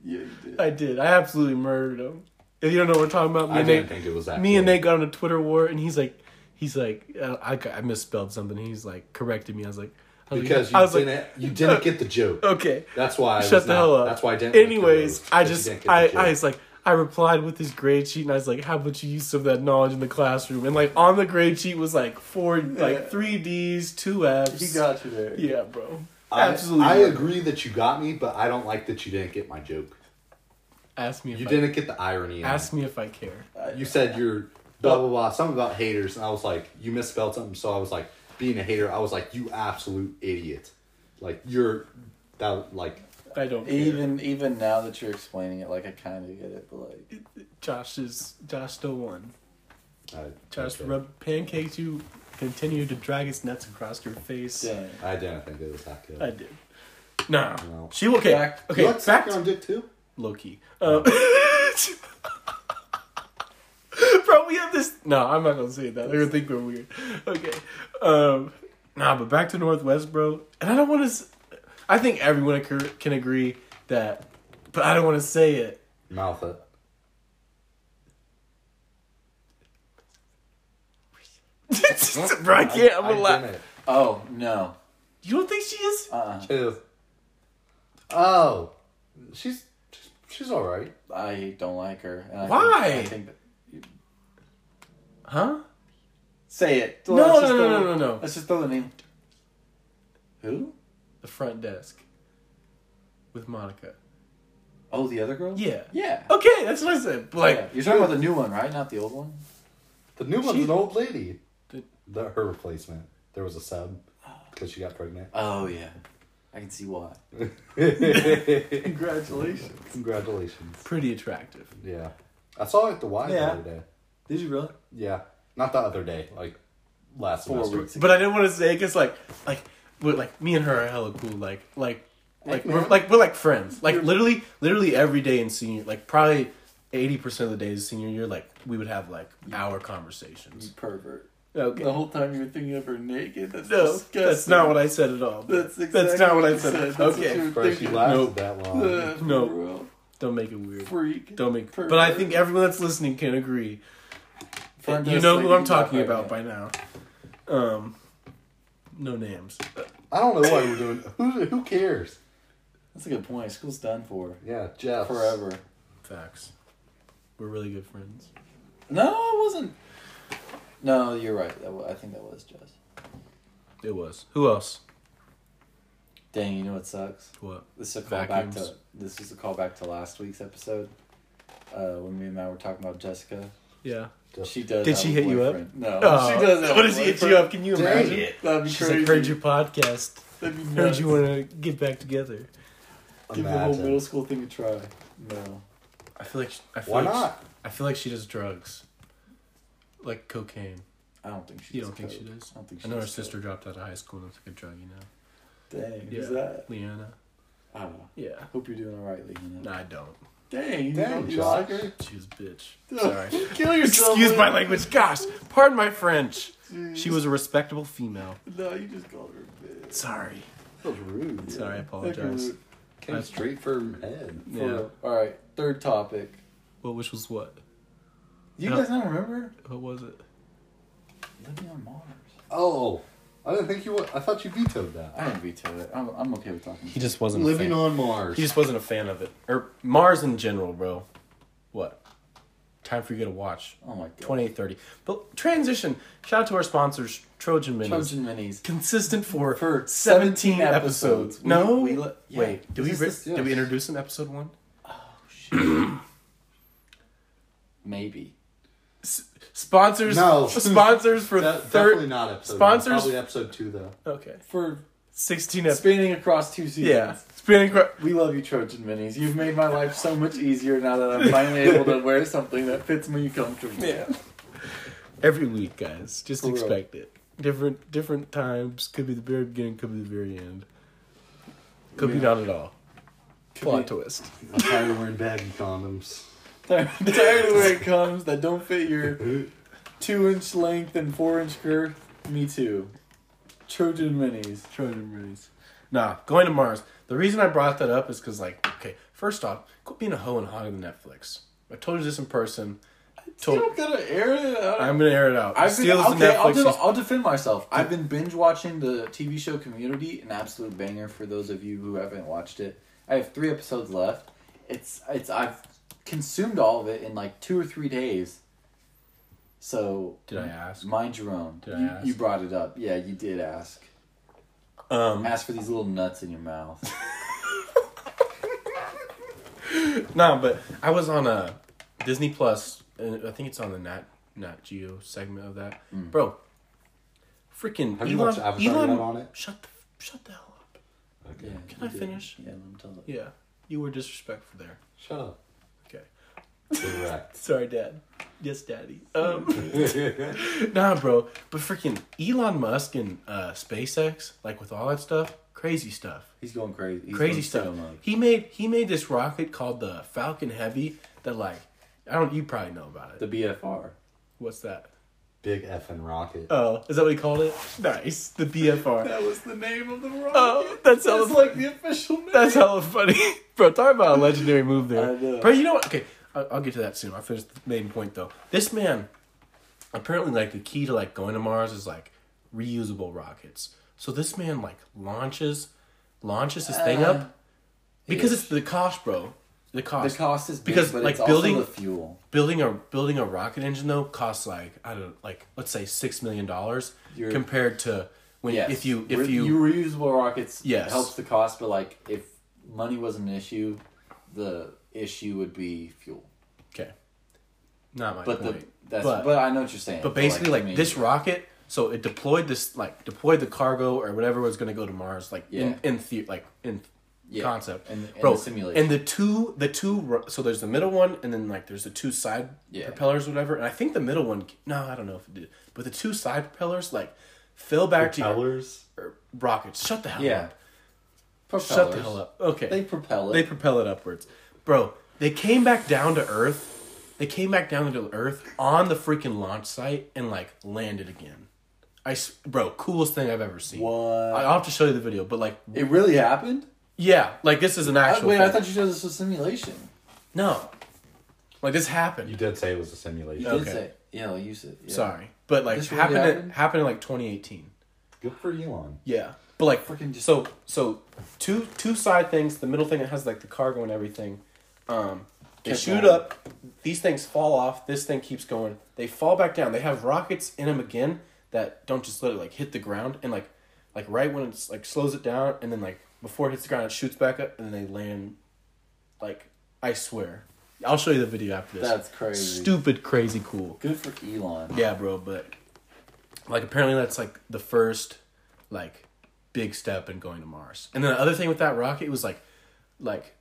C: Yeah, you did.
B: I did. I absolutely murdered him. If you don't know what we're talking about, me
D: I
B: and
D: didn't
B: Nate,
D: think it was that.
B: me and
D: cool.
B: Nate got on a Twitter war, and he's like, he's like, uh, I, got- I misspelled something. He's like, corrected me. I was like,
D: because you
B: I was like,
D: didn't you didn't get the joke.
B: Okay.
D: That's why I
B: Shut
D: was
B: the
D: not-
B: hell up.
D: That's why I didn't. like your
B: Anyways,
D: move,
B: I
D: 'cause you
B: just
D: didn't get the
B: I,
D: joke.
B: I was like I replied with this grade sheet and I was like, how about you use some of that knowledge in the classroom? And like on the grade sheet was like four like three D's, two F's.
C: got you there.
B: yeah, bro.
D: I-
B: Absolutely.
D: I agree that you got me, but I don't like that you didn't get my joke.
B: Ask me if
D: You
B: I,
D: didn't get the irony. in it.
B: ask me if I care.
D: You said you're blah blah blah, something about haters, and I was like, you misspelled something, so I was like, being a hater, I was like, you absolute idiot, like you're that like
B: I don't care.
C: Even even now that you're explaining it, like I kind of get it, but like
B: Josh is Josh still won.
D: I,
B: Josh
D: okay.
B: rubbed pancakes you continue to drag its nuts across your face.
C: dang.
D: I didn't think it was that good.
B: I did. Nah.
D: No.
B: She okay.
C: Back-
B: okay.
D: you like
B: Back,
D: sucking
B: to
D: on dick too?
B: Loki. Uh, Bro, we have this. No, I'm not gonna say that. They're gonna think we're weird. Okay. Um, nah, but back to Northwest, bro. And I don't want to. I think everyone occur- can agree that, but I don't want to say it.
D: Mouth it.
B: bro, I can't. I'm
D: I
B: gonna laugh.
D: didn't.
C: Oh no.
B: You don't think she is?
C: Uh.
D: Ew. Oh, she's she's, she's all right.
C: I don't like her. And I think-
B: Why?
C: I think that-
B: Huh?
C: say it.
B: No,
C: Let's
B: no,
C: just
B: no,
C: throw-
B: no, no, no.
C: Let's just throw the name. Who?
B: The front desk with Monica.
C: Oh, the other girl.
B: Yeah.
C: Yeah.
B: Okay, that's what I said. Like,
C: Yeah. you're talking about the new one, right? Not the old one.
D: The new one's
B: She-
D: an old lady.
B: The-
D: The, her replacement. There was a sub because she got pregnant.
C: Oh yeah. I can see why.
B: congratulations.
D: Congratulations.
B: Pretty attractive.
D: Yeah. I saw it at the Y
C: Yeah.
D: the other day.
C: Did you really?
D: Yeah. Not the other day, like last
C: Four
D: semester.
C: weeks.
B: But I didn't want to say because like like but like me and her are hella cool. Like like like
C: Hey,
B: we're
C: man.
B: like we're like friends. Like literally literally every day in senior like probably eighty percent of the days senior year like we would have like hour
C: You
B: conversations.
C: pervert.
B: Okay.
C: The whole time you were thinking of her naked. That's
B: No,
C: disgusting.
B: that's not what I said at all.
C: That's
B: that's not what I
C: exactly
B: said.
C: what you said. That's what
B: okay,
C: you-
D: Christ, you lasted
B: Nope.
D: that long.
C: Uh, for
B: No.
C: real.
B: don't make it weird.
C: Freak.
B: Don't make. But I think everyone that's listening can agree.
C: Front
B: you
C: desk
B: know who
C: lady
B: I'm talking
C: got
B: about by
C: pregnant.
B: now. Um, no names.
D: I don't know why we're doing who who cares?
C: That's a good point. School's done for
D: Yeah, Jeff.
C: forever.
B: Facts. We're really good friends.
C: No, it wasn't. No, you're right. That wa I think that was Jess.
B: It was. Who else?
C: Dang, you know what sucks?
B: What?
C: This is a callback
B: Vacuums.
C: to this is a callback to last week's episode. Uh, when me and Matt were talking about Jessica,
B: Yeah.
C: she does.
B: Did
C: have
B: she
C: a
B: hit you up?
C: boyfriend. No,
B: Oh,
C: she does. Have
B: What
C: a
B: does he hit you
C: boyfriend.
B: up? Can you
D: Dang
B: imagine?
D: it.
C: That'd be
B: She's
C: crazy.
B: like, heard your podcast.
C: That'd be
B: Heard
C: nuts.
B: you want to get back together.
C: Give the whole
D: Imagine.
C: middle school thing a try. No.
B: I feel like. I feel
D: Why
B: like
D: not?
B: I feel like she does drugs, like cocaine.
C: I don't think she.
B: You
C: does
B: don't think she
C: coke.
B: does?
C: I don't think she
B: I know her
C: does coke.
B: sister dropped out of high school and took a drug. You know,
C: Dang,
B: Yeah.
C: who's that?
B: Leanna.
C: I don't know.
B: Yeah.
C: Hope you're doing all right, Leanna.
B: No, I don't.
C: Dang, you
D: Dang,
C: don't you
D: Josh.
C: like her?
B: She was a bitch. Sorry.
C: Kill yourself.
B: Excuse my
C: Leanna.
B: language. Gosh, pardon my French. Mm. She
C: Jeez.
B: was a respectable female.
C: No, you just called her a bitch.
B: Sorry.
D: That was rude.
B: Sorry, I
C: Fucking
B: apologize.
C: rude.
D: Came straight from head.
C: For real. All right. Third topic.
B: Well, which was what?
C: You
B: No.
C: guys don't remember?
B: What was it?
C: Living on Mars.
D: Oh. I didn't think you would I thought you vetoed that.
C: I didn't veto it. I'm, I'm okay with talking.
B: He just wasn't
D: Living on Mars.
B: He just wasn't a fan of it, or Mars in general, bro. What? Time for you to get a watch.
C: Oh my god.
B: Twenty eight thirty. But transition. Shout out to our sponsors, Trojan Minis.
C: Trojan minis.
B: Consistent for,
C: For
B: 17
C: 17
B: episodes.
C: episodes.
B: No,
C: We- we le- yeah.
B: wait. Did we
C: Is
B: re-
C: this-
B: did we introduce an episode one?
C: Maybe.
B: Sponsors.
D: No.
B: Sponsors for
D: That- definitely
B: third.
D: not episode
B: sponsors-
D: One. Probably episode two though.
B: Okay.
C: For
B: Sixteen episodes.
C: spanning across two seasons.
B: Yeah. Spanning cro-
C: We love you, Trojan Minis. You've made my life so much easier now that I'm finally able to wear something that fits me comfortably.
B: Yeah. Every week, guys. Just
C: For real.
B: expect it. Different different times. Could be the very beginning. Could be the very end. Could be
C: Yeah.
B: not at all. Plot
C: be-
B: twist.
D: I'm tired of wearing baggy condoms.
C: Tired of wearing comes that don't fit your two inch length and four inch girth. Me too. Trojan Minis.
B: Trojan race. Nah, going to Mars. The reason I brought that up is because, like, okay, first off, quit being a hoe and hog on Netflix. I told you this in person. Tot-
D: You don't gotta air it out.
B: I'm gonna air it out.
C: I've been,
B: Steals the
C: okay, I'll,
B: Netflix.
C: do, I'll defend myself. I've been binge watching the TV show Community, an absolute banger for those of you who haven't watched it. I have three episodes left. It's it's I've consumed all of it in like two or three days. So
B: Did I ask?
C: Mind your own.
B: Did I
C: you,
B: ask?
C: you brought it up. Yeah, you did ask.
B: um,
C: Ask for these little nuts in your mouth.
B: No, but I was on a Disney Plus, and I think it's on the Nat Nat Geo segment of that, bro. Freaking
D: Mm. Have
B: Elon,
D: you watched Avatar
B: Elon,
D: yet on it?
B: Shut the shut the hell up.
D: Okay.
C: Yeah,
B: Can
C: you
B: I
C: did.
B: finish?
C: Yeah, let me tell them.
B: Yeah, you were disrespectful there.
D: Shut up.
B: Okay,
D: Correct.
B: sorry, Dad. Yes, Daddy. Um, nah, bro. But freaking Elon Musk and uh, SpaceX, like with all that stuff, crazy stuff.
C: He's going crazy. He's
B: crazy
C: going
B: stuff.
C: pseudo mode.
B: He made he made this rocket called the Falcon Heavy that like I don't you probably know about it.
C: The BFR.
B: What's that?
D: Big effing rocket.
B: Oh, is that what he called it? Nice. The BFR.
D: That was the name of the rocket.
B: Oh, that sounds
D: like the official name.
B: That's hella funny. Bro, talk about a legendary move there.
C: I know.
B: Bro, you know what? Okay, I'll, I'll get to that soon. I'll finish the main point though. This man, apparently, like, the key to, like, going to Mars is, like, reusable rockets. So this man, like, launches, launches his thing
D: Uh,
B: up because it's the cost, bro. The
C: The
B: cost.
C: cost is big,
B: Because,
C: but
B: like,
C: it's
B: building-
C: also the fuel.
B: building a building a rocket engine though costs like I don't know, like let's say six million dollars
C: You're-
B: compared to when
C: Yes.
B: if you if
C: Re-
B: you,
C: reusable rockets
B: Yes.
C: helps the cost, but like if money was an issue, the issue would be fuel.
B: okay, not my
C: But
B: point.
C: the that's
B: but
C: but, I know what you're saying.
B: but basically like,
C: I mean,
B: this rocket, so it deployed this like deployed the cargo or whatever was going to go to Mars like
C: Yeah.
B: in in the, like in
C: Yeah.
B: concept
C: And- and
B: bro
C: the simulation.
B: and the two the two ro- so there's the middle one and then like there's the two side
C: Yeah.
B: propellers whatever and I think the middle one no I don't know if it did but the two side propellers like fell back
D: Propellers.
B: to your, er, rockets shut the hell
C: Yeah.
B: up
C: propellers.
B: Shut the hell up. Okay.
C: They
B: They,
C: propel it.
B: propel it upwards. Bro, they came back down to Earth. They came back down to Earth on the freaking launch site and like landed again. I s- bro, coolest thing I've ever seen.
C: What?
B: I- I'll have to show you the video, but like,
C: it really happened?
B: yeah, like this is an
C: I-
B: actual.
C: Uh, wait, I
B: thing.
C: thought you said this was simulation.
B: no, like this
D: You
B: happened.
D: did say it was a simulation.
C: You
B: Okay.
C: did say yeah, I'll use it. Yeah.
B: Sorry, but like
C: This really
B: happened
C: happened?
B: in, happened in like 2018.
D: Good for Elon.
B: Yeah, but like
C: Freaking just-
B: so so two two side things. The middle thing that has like the cargo and everything. Um, they
C: Kept
B: shoot
C: going.
B: up. These things fall off. This thing keeps going. They fall back down. They have rockets in them again that don't just let it like hit the ground and like like right when it's like slows it down and then like before it hits the ground it shoots back up and then they land. Like I swear, I'll show you the video after this.
C: That's crazy.
B: Stupid, crazy, cool.
C: Good for Elon.
B: Yeah, bro, but like apparently that's like the first like big step in going to Mars. And then the other thing with that rocket was like like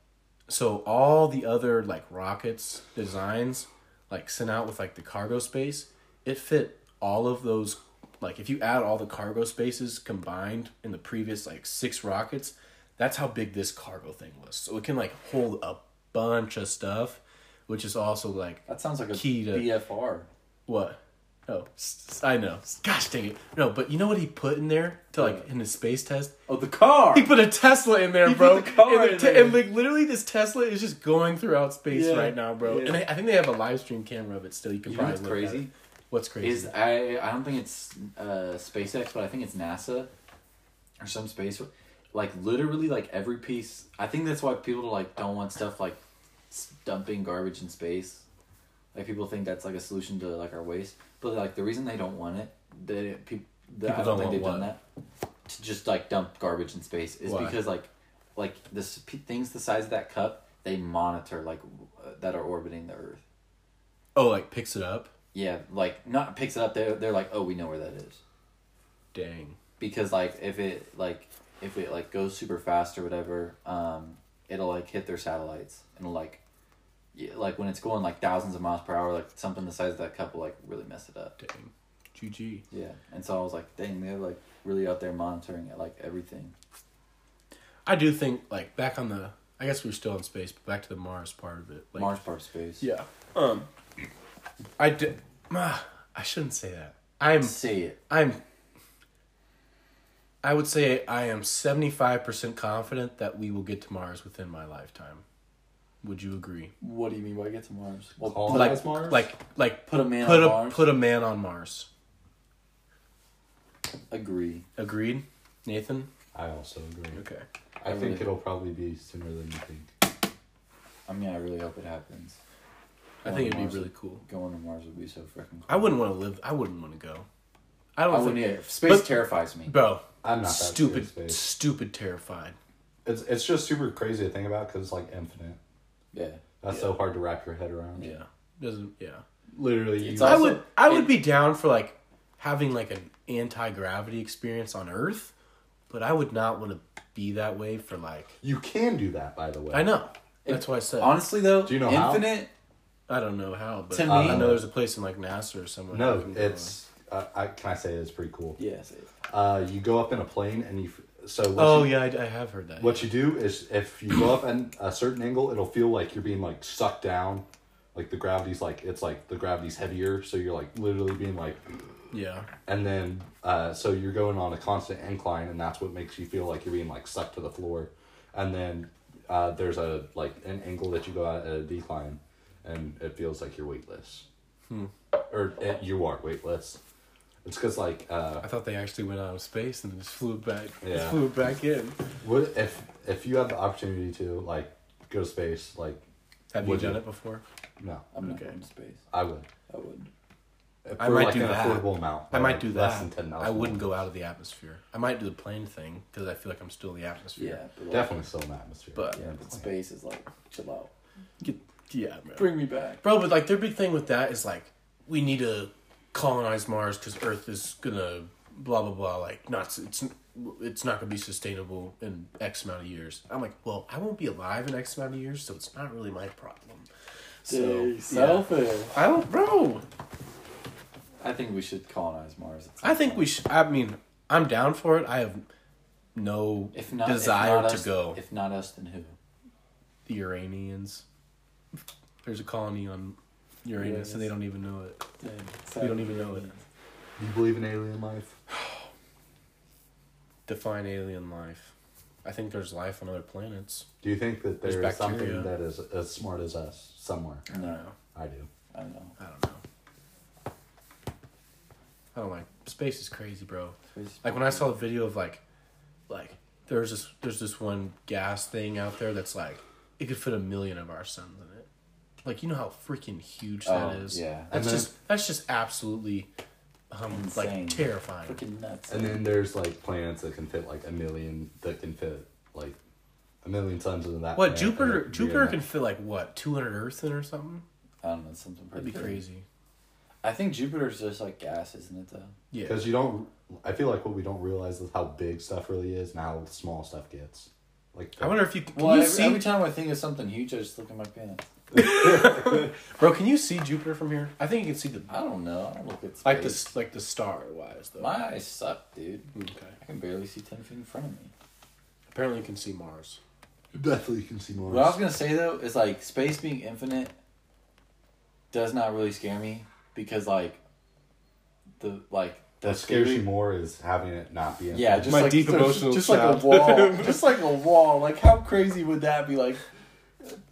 B: so all the other like rockets designs like sent out with like the cargo space, it fit all of those like if you add all the cargo spaces combined in the previous like six rockets, that's how big this cargo thing was. So it can like hold a bunch of stuff, which is also like
C: That sounds like a
B: Key to-
C: BFR.
B: what? Oh, s- s- I know. Gosh dang it. No, but you know what he put in there to like in his space test?
C: Oh, the car.
B: He put a Tesla in there, bro.
C: put the car
B: and,
C: in
B: te-
C: there.
B: and, like literally, this Tesla is just going throughout space
C: Yeah.
B: right now, bro.
C: Yeah.
B: And I, I think they have a live stream camera of it still. You can
C: You know
B: probably
C: what's
B: look at
C: crazy?
B: it. What's crazy?
C: Is I I don't think it's uh, SpaceX, but I think it's NASA or some space. Like literally, like every piece. I think that's why people like don't want stuff like s- dumping garbage in space. Like people think that's like a solution to like our waste, but like the reason they don't want it, they people, the, I
B: People
C: don't
B: don't
C: think they've
B: want
C: done that to just like dump garbage in space is
B: Why?
C: because like like this p- things the size of that cup they monitor like w- uh, that are orbiting the Earth.
B: oh, like picks it up.
C: Yeah, like not picks it up. They're they're like, oh, we know where that is
B: Dang.
C: because like if it like if it like goes super fast or whatever, um, it'll like hit their satellites and it'll, like, yeah, like when it's going like thousands of miles per hour, like something the size of that cup will like really mess it up.
B: Dang. GG.
C: Yeah, and so I was like, dang, they're like really out there monitoring it, like everything.
B: I do think like back on the. I guess we are still in space, but back to the Mars part of it. Like,
C: Mars part of space.
B: Yeah. Um. I did. I shouldn't say that. I'm
C: see it.
B: I'm. I would say I am seventy five percent confident that we will get to Mars within my lifetime. Would you agree?
C: What do you mean by get to Mars? Well,
D: Call
B: like-
D: us Mars?
B: Like, like
C: Put a man
B: put
C: on
B: a
C: Mars?
B: put a man on Mars.
C: agree.
B: Agreed, Nathan.
D: I also agree.
B: Okay.
D: I
C: I
D: think
C: really-
D: it'll probably be sooner than you think.
C: I mean, I really hope it happens.
B: I
C: Going
B: think it'd
C: to
B: be
C: Mars
B: really
C: would-
B: cool.
C: Going to Mars would be so freaking. Cool.
B: I wouldn't want to live. I wouldn't want to go. I
C: I
B: don't
C: wouldn't
B: think,
C: either. Space
B: But-
C: terrifies me.
B: bro.
D: I'm not that scared
B: Stupid,
D: of space.
B: stupid, terrified.
D: It's it's just super crazy to think about because it's like infinite.
C: Yeah.
D: That's so hard to wrap your head around.
B: Yeah, doesn't. Yeah,
D: Literally,
C: It's
D: you,
B: I
C: Also,
B: would. I would
C: it-
B: be down for like having like an anti gravity experience on Earth, but I would not want to be that way for like.
D: you can do that, by the way.
B: I know. That's why I said
C: Honestly, though,
D: Do you know how?
C: infinite.
B: I don't know how, but
C: To me-
B: I know there's a place in like NASA or somewhere. that
D: No,
B: can go
D: it's. Uh, I can I say it's pretty cool.
C: Yes. it-
D: Uh, you go up in a plane and you. f- So
B: there.
D: what
B: Oh
D: you,
B: yeah, I, I have heard that.
D: What you do is if you go up at a certain angle, it'll feel like you're being like sucked down. Like the gravity's like it's like the gravity's heavier, so you're like literally being like,
B: Yeah.
D: and then uh, so you're going on a constant incline, and that's what makes you feel like you're being like sucked to the floor. And then uh, there's a like an angle that you go out at a decline, and it feels like you're weightless,
B: Hmm.
D: or uh, you are weightless. It's because like uh,
B: I thought they actually went out of space and just flew it back.
D: Yeah.
B: Just flew it back in.
D: what if if you have the opportunity to like go to space like
B: Have
D: Would
B: you done
D: you?
B: it before?
D: no
C: I'm not
B: Okay.
C: going to space.
D: I would.
C: I would.
D: For
B: I might
D: like
B: do
D: an
B: that.
D: affordable amount.
B: I might do that.
D: Less than ten dollars.
B: I wouldn't go out of the atmosphere. I might do the plane thing because I feel like I'm still in the
C: Yeah.
B: atmosphere.
C: But like,
D: Definitely still in the atmosphere.
B: But-
C: Yeah, but space is like chill out.
B: Yeah, yeah bro.
C: Bring me back.
B: Bro, but like their big thing with that is like we need to colonize Mars because Earth is gonna blah blah blah. Like not s- it's it's not gonna be sustainable in X amount of years. I'm like, well, I won't be alive in X amount of years, so it's not really my problem. So
C: Dude,
B: yeah.
C: selfish.
B: I don't, bro.
C: I think we should colonize Mars.
B: I think we should. I mean, I'm down for it. I have no
C: If not,
B: desire
C: if not
B: to
C: us,
B: go.
C: If not us, then who?
B: the Uranians. There's a colony on Uranus, and they don't even know it. We don't even know it.
D: Do you believe in alien life?
B: Define alien life. I think there's life on other planets.
D: Do you think that
B: There's
D: there's,
B: bacteria.
D: something that is as smart as us somewhere?
B: I don't
C: No.
B: know.
D: I do.
C: I don't know.
B: I don't know. I don't like space is crazy, bro.
C: Space-
B: Like when I saw a video of like, like there's this there's this one gas thing out there that's like it could fit a million of our suns in it. Like you know how freaking huge that
C: Oh,
B: is.
C: yeah.
B: That's
D: And then-
B: just that's just absolutely, um,
C: Insane.
B: like terrifying.
C: freaking nuts.
D: And then there's like planets that can fit like a million that can fit like a million tons into that.
B: What
D: planet,
B: Jupiter?
D: and it-
B: Jupiter
D: yeah.
B: can fit like what two hundred Earth in or something.
C: I don't know. Something
B: That'd
C: pretty
B: be crazy.
C: I think Jupiter's just like gas, isn't it? Though.
B: Yeah,
D: Because you don't. I feel like what we don't realize is how big stuff really is and how small stuff gets. Like
B: I wonder if you can
C: Well,
B: you
C: every,
B: see,
C: every time I think of something huge, I just look at my pants.
B: bro. Can you see Jupiter from here? I think you can see the
C: I don't know. I don't look at space.
B: like the s- like the star wise though.
C: My eyes suck, dude.
B: Okay.
C: I can barely see ten feet in front of me.
B: Apparently, you can see Mars.
D: definitely can see Mars.
C: What I was gonna say though is like space being infinite does not really scare me because like the like the
D: what scares
C: theory-
D: you more is having it not be.
C: Yeah,
D: infinite.
C: just
B: My
C: like
B: deep
C: there's
B: emotional
C: just
B: child.
C: like a wall, just like a wall. Like how crazy would that be? Like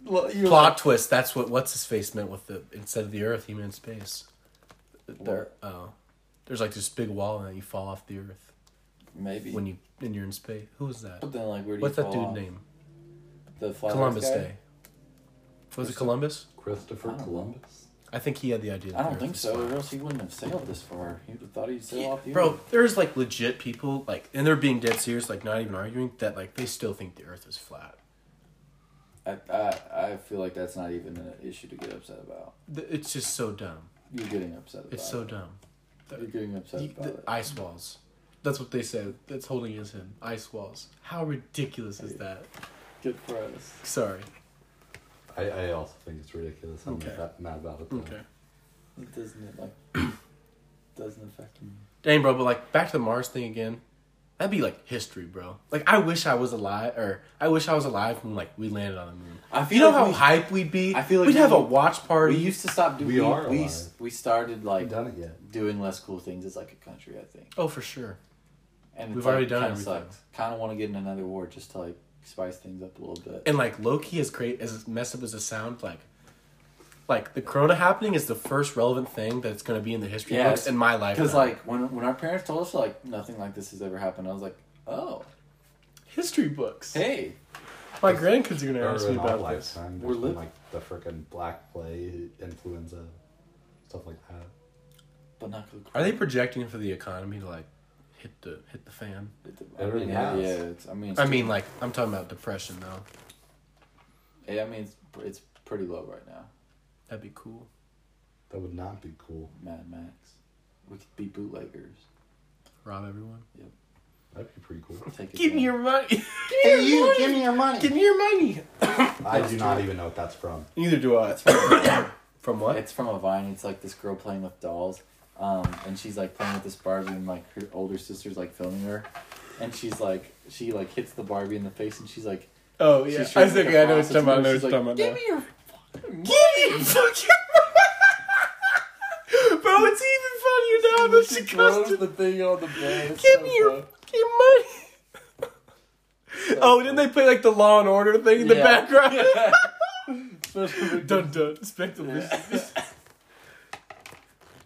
C: lo- you're
B: Plot twist. That's what what's his face meant with the instead of the Earth, he meant space. There, oh, there's like this big wall, and then you fall off the Earth
C: like, maybe.
B: when you and you're in space. Who was that?
C: but then like where do
B: What's
C: you
B: that
C: fall
B: dude
C: off?
B: name?
C: The fly
B: Columbus Day. Was it Columbus?
D: Christopher
C: I don't know.
D: Columbus.
B: I think he had the idea. that
C: I
B: the
C: don't
B: Earth
C: think
B: is
C: so,
B: flat.
C: or else he wouldn't have sailed this far. He would have thought he'd sail off the
B: Bro,
C: Earth.
B: there's like legit people like, and they're being dead serious, like not even arguing that like they still think the Earth is flat.
C: I, I, I feel like that's not even an issue to get upset about.
B: Th- It's just so dumb.
C: You're getting upset about
B: It's so
C: it.
B: dumb.
C: You're getting upset
B: You-
C: about
B: the
C: it.
B: ice walls. That's what they said. That's holding his in. Ice walls. How ridiculous is that?
C: Good for us.
B: Sorry.
D: I, I also think it's ridiculous. I'm
B: Okay.
D: not mad about it. though.
B: Okay.
C: It doesn't it like doesn't affect me.
B: Dang, bro. But like back to the Mars thing again. That'd be like history, bro. Like I wish I was alive, or I wish I was alive when like we landed on the moon.
C: I
B: You know
C: like
B: how
C: we,
B: hype we'd be.
C: I feel like
B: we'd have
C: we-
B: a watch party.
C: we used to stop doing.
D: We
C: We,
D: are
C: we, s-
D: alive.
C: we started
D: I
C: like
D: haven't done it yet.
C: doing less cool things as like a country, I think.
B: oh, for sure.
C: And
B: We've
C: like,
B: already done
C: kinda
B: everything.
C: Kind of want to get in another war just to like spice things up a little bit.
B: And like Loki is great as messed up as a sound like like the corona happening is the first relevant thing that's going to be in the history
C: Yeah,
B: books in my life.
C: Because like when when our parents told us like nothing like this has ever happened, I was like, oh,
B: history books.
C: hey,
B: My grandkids are going to
D: Or
B: ask me
D: in our
B: about this.
D: lifetime,
C: We're
D: there's been
C: liv-
D: like the freaking black plague, influenza, stuff like that.
C: but not cool.
B: Are they projecting for the economy to like hit the hit the fan?
C: I
D: It really
C: mean, yeah,
D: has.
C: yeah, it's, I mean, it's
B: I mean like I'm talking about depression though.
C: yeah, I mean, it's, it's pretty low right now.
B: That'd be cool.
D: That would not be cool.
C: Mad Max, we could be bootleggers.
B: Rob everyone.
D: That'd be pretty cool.
C: Take it
B: Give me
C: down.
B: your money.
D: Hey, you, give me your
B: Give
D: money.
B: me your money.
D: I do not even know what that's from.
B: Neither do I. From what?
C: It's from a Vine. It's like this girl playing with dolls, um, and she's like playing with this Barbie, and like her older sister's like filming her, and she's like, she like hits the Barbie in the face, and she's like,
B: Oh
C: she's
B: yeah, I
C: trying
B: was
C: to make
B: thinking I
C: a
B: know what you're talking about. I know
C: sausage,
B: what
C: and
B: you're talking
C: she's
B: about. now.
C: like,
B: Give
C: Give me your
B: me fucking Bro, it's even funnier now that she comes to
C: the thing on the bed.
B: give me your fucking money. Oh, didn't they play like the Law and Order thing in the
C: Yeah.
B: background?
C: they?
B: dun dun, spectacles.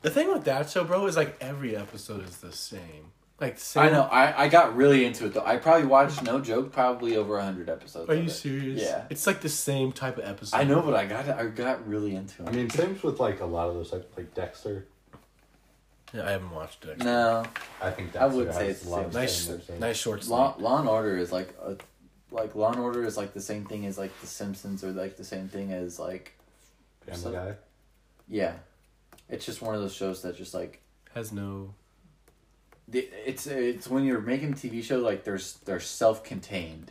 B: The thing with that show, bro, is like every episode is the same. Like same.
C: I know. I, I got really into it though. I probably watched no joke probably over hundred episodes.
B: Are
C: of
B: you
C: it.
B: serious?
C: Yeah.
B: It's like the same type of episode.
C: I know, but I got I got really into it.
D: I mean, same with like a lot of those, like, like Dexter.
B: Yeah, I haven't watched it.
C: no,
D: I think Dexter
C: I would say
D: has
C: it's
D: a lot
C: the
D: of
C: same.
B: Nice,
D: similar things.
B: nice short.
C: Law,
B: Slot.
C: Law and Order is like a like Law and Order is like the same thing as like The Simpsons or like the same thing as like
D: Family
C: so-
D: Guy.
C: yeah, it's just one of those shows that just like
B: Has no.
C: the- it's it's when you're making a TV show like there's they're self contained,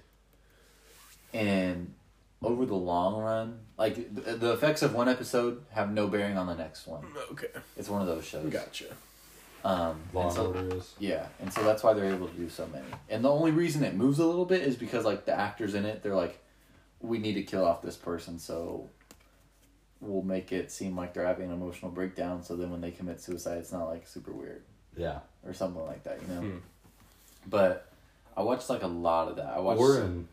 C: and over the long run, like the, the effects of one episode have no bearing on the next one.
B: Okay.
C: It's one of those shows.
B: Gotcha.
C: Um, and
D: Law and
C: so-
D: Order is.
C: Yeah, and so that's why they're able to do so many. And the only reason it moves a little bit is because like the actors in it, they're like, we need to kill off this person, so we'll make it seem like they're having an emotional breakdown. So then when they commit suicide, it's not like super weird
D: Yeah.
C: or something like that, you know. But I watched like a lot of that. I watched.
D: We're in.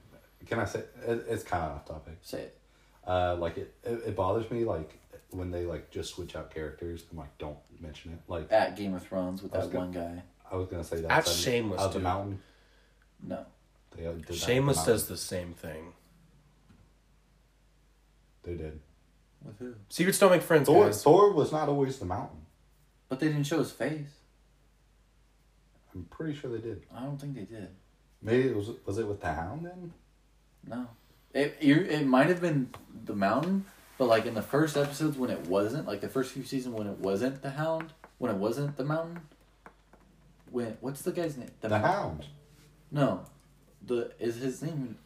D: Can I say it, it's kind of off topic?
C: Say it.
D: Uh, like it, it, it bothers me like when they like just switch out characters and like don't mention it. Like
C: At Game of Thrones with
D: I was
C: that
D: gonna-
C: one guy.
D: I was gonna say that.
B: That's
D: but
B: shameless,
D: Out of the
B: dude.
D: mountain.
C: No.
D: They uh, did that with the
B: Shameless
D: mountain.
B: does the same thing.
D: They did.
C: With who?
B: Secrets don't make friends,
D: Thor.
B: guys.
D: Thor was not always the mountain.
C: But they didn't show his face.
D: I'm pretty sure they did.
C: I don't think they did.
D: Maybe it was was it with the Hound then?
C: No. It you it might have been the mountain, but like in the first episodes when it wasn't, like the first few seasons when it wasn't the hound, when it wasn't the mountain. When what's the guy's name?
D: The,
C: Mou-
D: Hound.
C: No. The is his name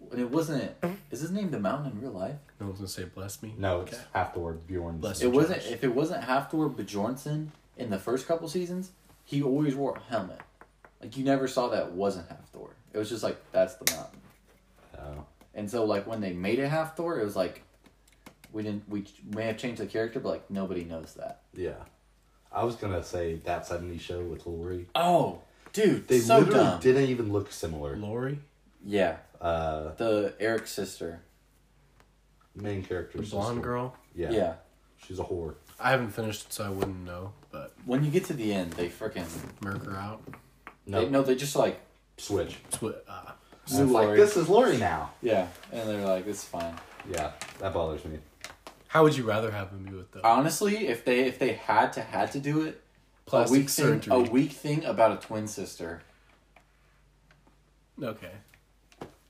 C: when it wasn't is his name the mountain in real life?
B: No one's gonna say bless me.
D: No, it's
B: Okay.
D: half the word Bjorn.
B: Bless
C: It
B: Josh.
C: wasn't if it wasn't Halfdor Bjornsson in the first couple seasons, he always wore a helmet. Like you never saw that wasn't Halfdor. It was just like that's the mountain.
D: Oh.
C: And so like when they made it half Thor, it was like we didn't we ch- may have changed the character, but like nobody knows that.
D: Yeah. I was gonna say that seventy show with Lori.
C: Oh, dude,
D: They
C: so
D: literally
C: dumb.
D: didn't even look similar.
B: Lori,
C: Yeah,
D: Uh,
C: the Eric's sister.
D: main
B: the
D: characters.
B: blonde girl.
D: Yeah.
C: Yeah.
D: She's a whore.
B: I haven't finished, so I wouldn't know. But
C: When you get to the end, they freaking
B: murk her out.
D: No.
C: They, no, they just like
D: Switch.
B: Twi- uh,
D: And it's like
C: Lori.
D: this is Lori now.
C: yeah, and they're like it's fine.
D: Yeah, that bothers me.
B: how would you rather have him be with the
C: Honestly, if they if they had to had to do it, Uh, a
B: plastic
C: weak
B: surgery?
C: thing, a weak thing about a twin sister.
B: okay.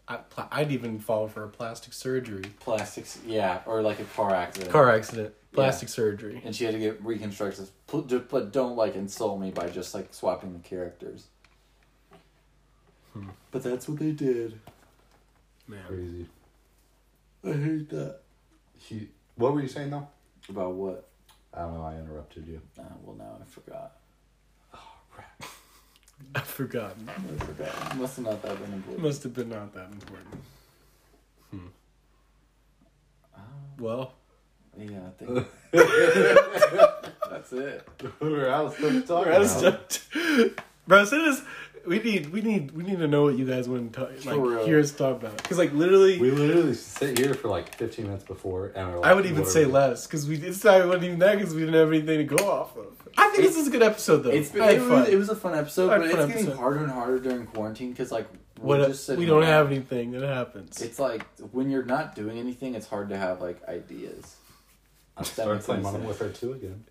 B: I, pla- I'd even fall for a plastic surgery,
C: Plastics, yeah, or like a car accident.
B: car accident, plastic surgery.
C: and she had to get reconstructed. Pl- ju- But don't like insult me by just like swapping the characters.
B: Hmm.
C: But that's what they did.
B: Man,
D: Crazy.
C: I hate that.
D: He. What were you saying though?
C: About what?
D: I don't know. I interrupted you.
C: Uh, well, now I forgot.
B: I forgot.
C: I forgot. Must have not that been important.
B: Must have been not that important. Hmm. Well,
C: Yeah, I think that's it.
D: I was still talking.
B: Bro,
D: about-
B: bro, as soon as We need, we need, we need to know what you guys want to talk, like,
C: real.
B: hear us talk about. Because like literally,
D: We literally sit here for like 15 minutes before, and we're like,
B: I would even
D: what are
B: say
D: we-
B: less because we it's not it wasn't even that because we didn't have anything to go off of. I think this is a good episode though.
C: It's been,
B: I had
C: it,
B: fun.
C: was, it was a fun episode,
B: Had
C: but
B: fun
C: it's getting
B: episode.
C: harder and harder during quarantine because like we're
B: what uh,
C: just sitting
B: we don't
C: around.
B: have anything that happens.
C: It's like when you're not doing anything, it's hard to have like ideas.
D: I
C: That
D: started
C: makes
D: playing
C: sense.
D: Modern Warfare 2 again.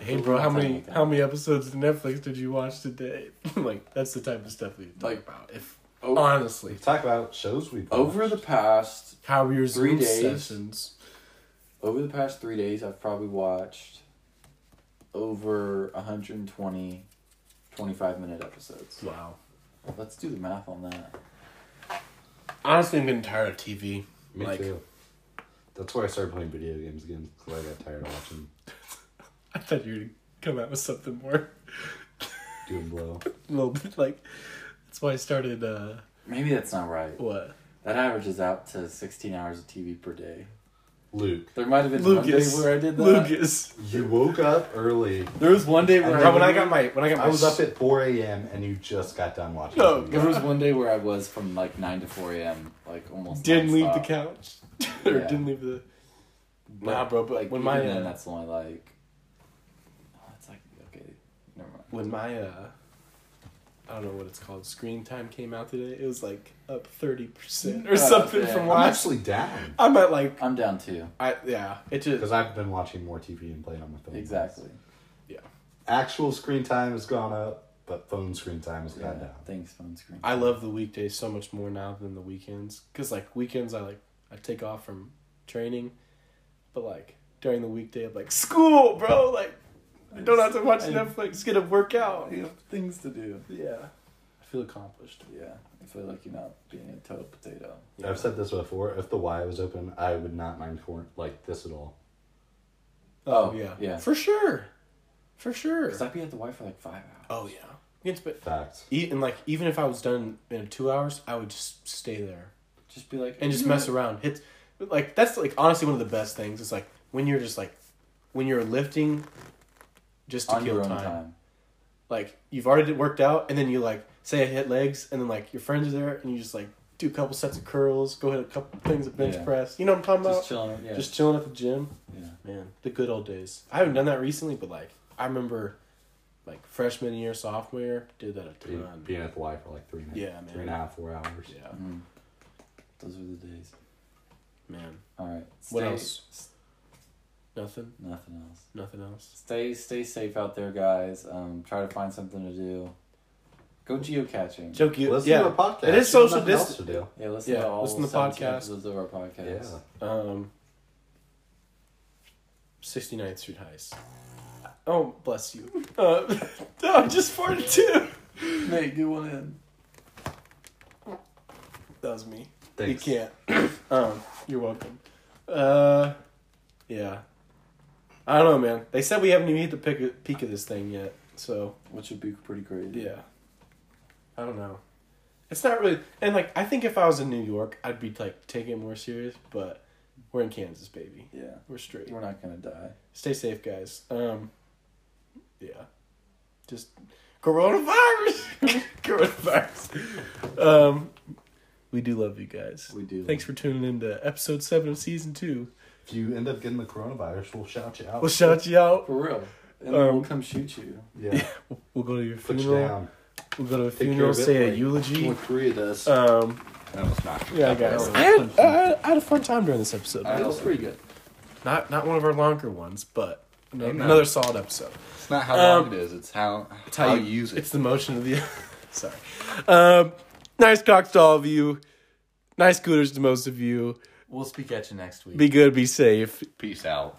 B: hey bro, how many how many episodes of Netflix did you watch today? like that's the type of stuff we talk
C: Like,
B: about. If
C: o-
B: honestly,
D: We talk about shows we
C: over the past
B: how were your
C: Three
B: Zoom
C: days.
B: sessions?
C: over the past three days, I've probably watched over 120 25 minute episodes.
B: Wow.
C: Let's do the math on that.
B: Honestly, I'm getting tired of TV.
D: Me
B: like,
D: too. That's where I started playing video games again because I got tired of watching
B: I thought you were gonna come out with something more
D: Doom Blow.
B: a little bit like. That's why I started. uh
C: Maybe that's not right.
B: What?
C: That averages out to 16 hours of TV per day.
D: Luke,
C: There might have been
B: Lucas.
C: one day where I did that.
B: Lucas.
D: you woke up early.
C: There was one day where
D: And
C: I,
D: then when I
B: got my when got
D: I was up at 4 a.m. and you just got done watching.
B: No,
D: TV.
C: There was one day where I was from like nine to four a.m. like almost.
B: didn't leave the
C: nonstop.
B: couch or
C: Yeah.
B: didn't leave the
C: But,
B: Nah, bro, but
C: like
B: when
C: even
B: my,
C: then,
B: uh,
C: that's only like. Oh, it's like okay, never mind.
B: when my uh I don't know what it's called screen time came out today. It was like up thirty percent or
C: Oh,
B: something
C: damn.
B: from
D: I'm
B: last.
D: actually down
B: I'm at like
C: I'm down too.
B: I yeah. It just
D: because I've been watching more TV and playing on my phone.
C: Exactly.
D: Actual screen time has gone up, but phone screen time has
C: Yeah.
D: gone down.
C: Thanks, phone screen.
B: I love the weekdays so much more now than the weekends because like weekends I like I take off from training, but like during the weekday I'm like school, bro. Like I don't have to watch
C: I-
B: Netflix. Get a workout.
C: You have things to do.
B: Yeah, I feel accomplished.
C: Yeah, I feel like you're not being a total potato.
D: I've said this before. If the Y was open, I would not mind corn like this at all.
C: Oh,
B: yeah,
C: yeah.
B: for sure, for sure.
C: Cause I'd be at the Y for like five hours.
B: Oh yeah. It's but
D: Facts.
B: e- and like even if I was done in two hours, I would just stay there
C: Just be like
B: and just mess around. Hit like that's like honestly one of the best things. It's like when you're just like when you're lifting, just to
C: on your
B: kill
C: own
B: time.
C: time.
B: Like you've already worked out, and then you like say I hit legs, and then like your friends are there, and you just like do a couple sets of curls, go hit a couple things of bench
C: Yeah.
B: press. You know what I'm talking about?
C: Just chilling. Yeah.
B: Just chilling at the gym.
C: yeah.
B: Man, the good old days. I haven't done that recently, but like I remember, like freshman year, sophomore year, did that a
D: Being,
B: ton.
D: being at the Y for like three minutes.
B: Yeah, man.
D: Three and a half, four hours.
B: Yeah,
C: Mm. Those were the days.
B: man.
C: All right.
B: What
C: Stay-
B: else? Nothing.
C: Nothing else.
B: Nothing else.
C: Stay stay safe out there, guys. Um, try to find something to do. Go geocaching.
B: Joke you.
D: Listen
B: yeah.
D: to a podcast.
B: It is
D: You have
B: social
D: nothing else
B: distance.
D: to do.
C: yeah, listen
B: yeah,
C: to all
B: listen to
C: 17
B: podcasts.
C: episodes of our podcast.
D: Yeah.
B: Um. 69th Street Heist. Oh, bless you. Uh, no, just 42.
C: Nate, get one in.
B: That was me.
D: Thanks.
B: You can't. um, you're welcome. Uh, yeah. I don't know, man. They said we haven't even hit the peak, peak of this thing yet, so
C: Which would be pretty crazy.
B: yeah. I don't know. It's not really, and like I think if I was in New York, I'd be like taking it more serious. But we're in Kansas, baby.
C: Yeah.
B: We're straight.
C: We're not gonna die.
B: Stay safe, guys. Um, yeah. Just coronavirus. coronavirus. Um, we do love you guys.
C: We do.
B: Thanks for tuning in to episode seven of season two.
D: If you end up getting the coronavirus, we'll shout you out.
B: We'll shout you out.
C: For real. And
B: Um,
C: then we'll come shoot you.
D: yeah.
B: We'll go to your
D: Put you
B: funeral.
D: down.
B: We'll go to a
D: care
B: funeral,
D: of it,
B: say a
D: like,
B: eulogy.
D: With three of us.
B: Um,
D: that was not.
B: yeah, guys. I had, I had- I had a fun time during this episode.
D: I also-
C: good.
B: Not not one of our longer ones, but an-
D: Amen.
B: another solid episode.
D: It's not how
B: long Um,
D: it is. It's how
B: It's how, you, use it. It's the motion of the. sorry. Um, nice talks to all of you. Nice cooters to most of you.
C: We'll speak at you next week.
B: Be good, be safe.
D: Peace out.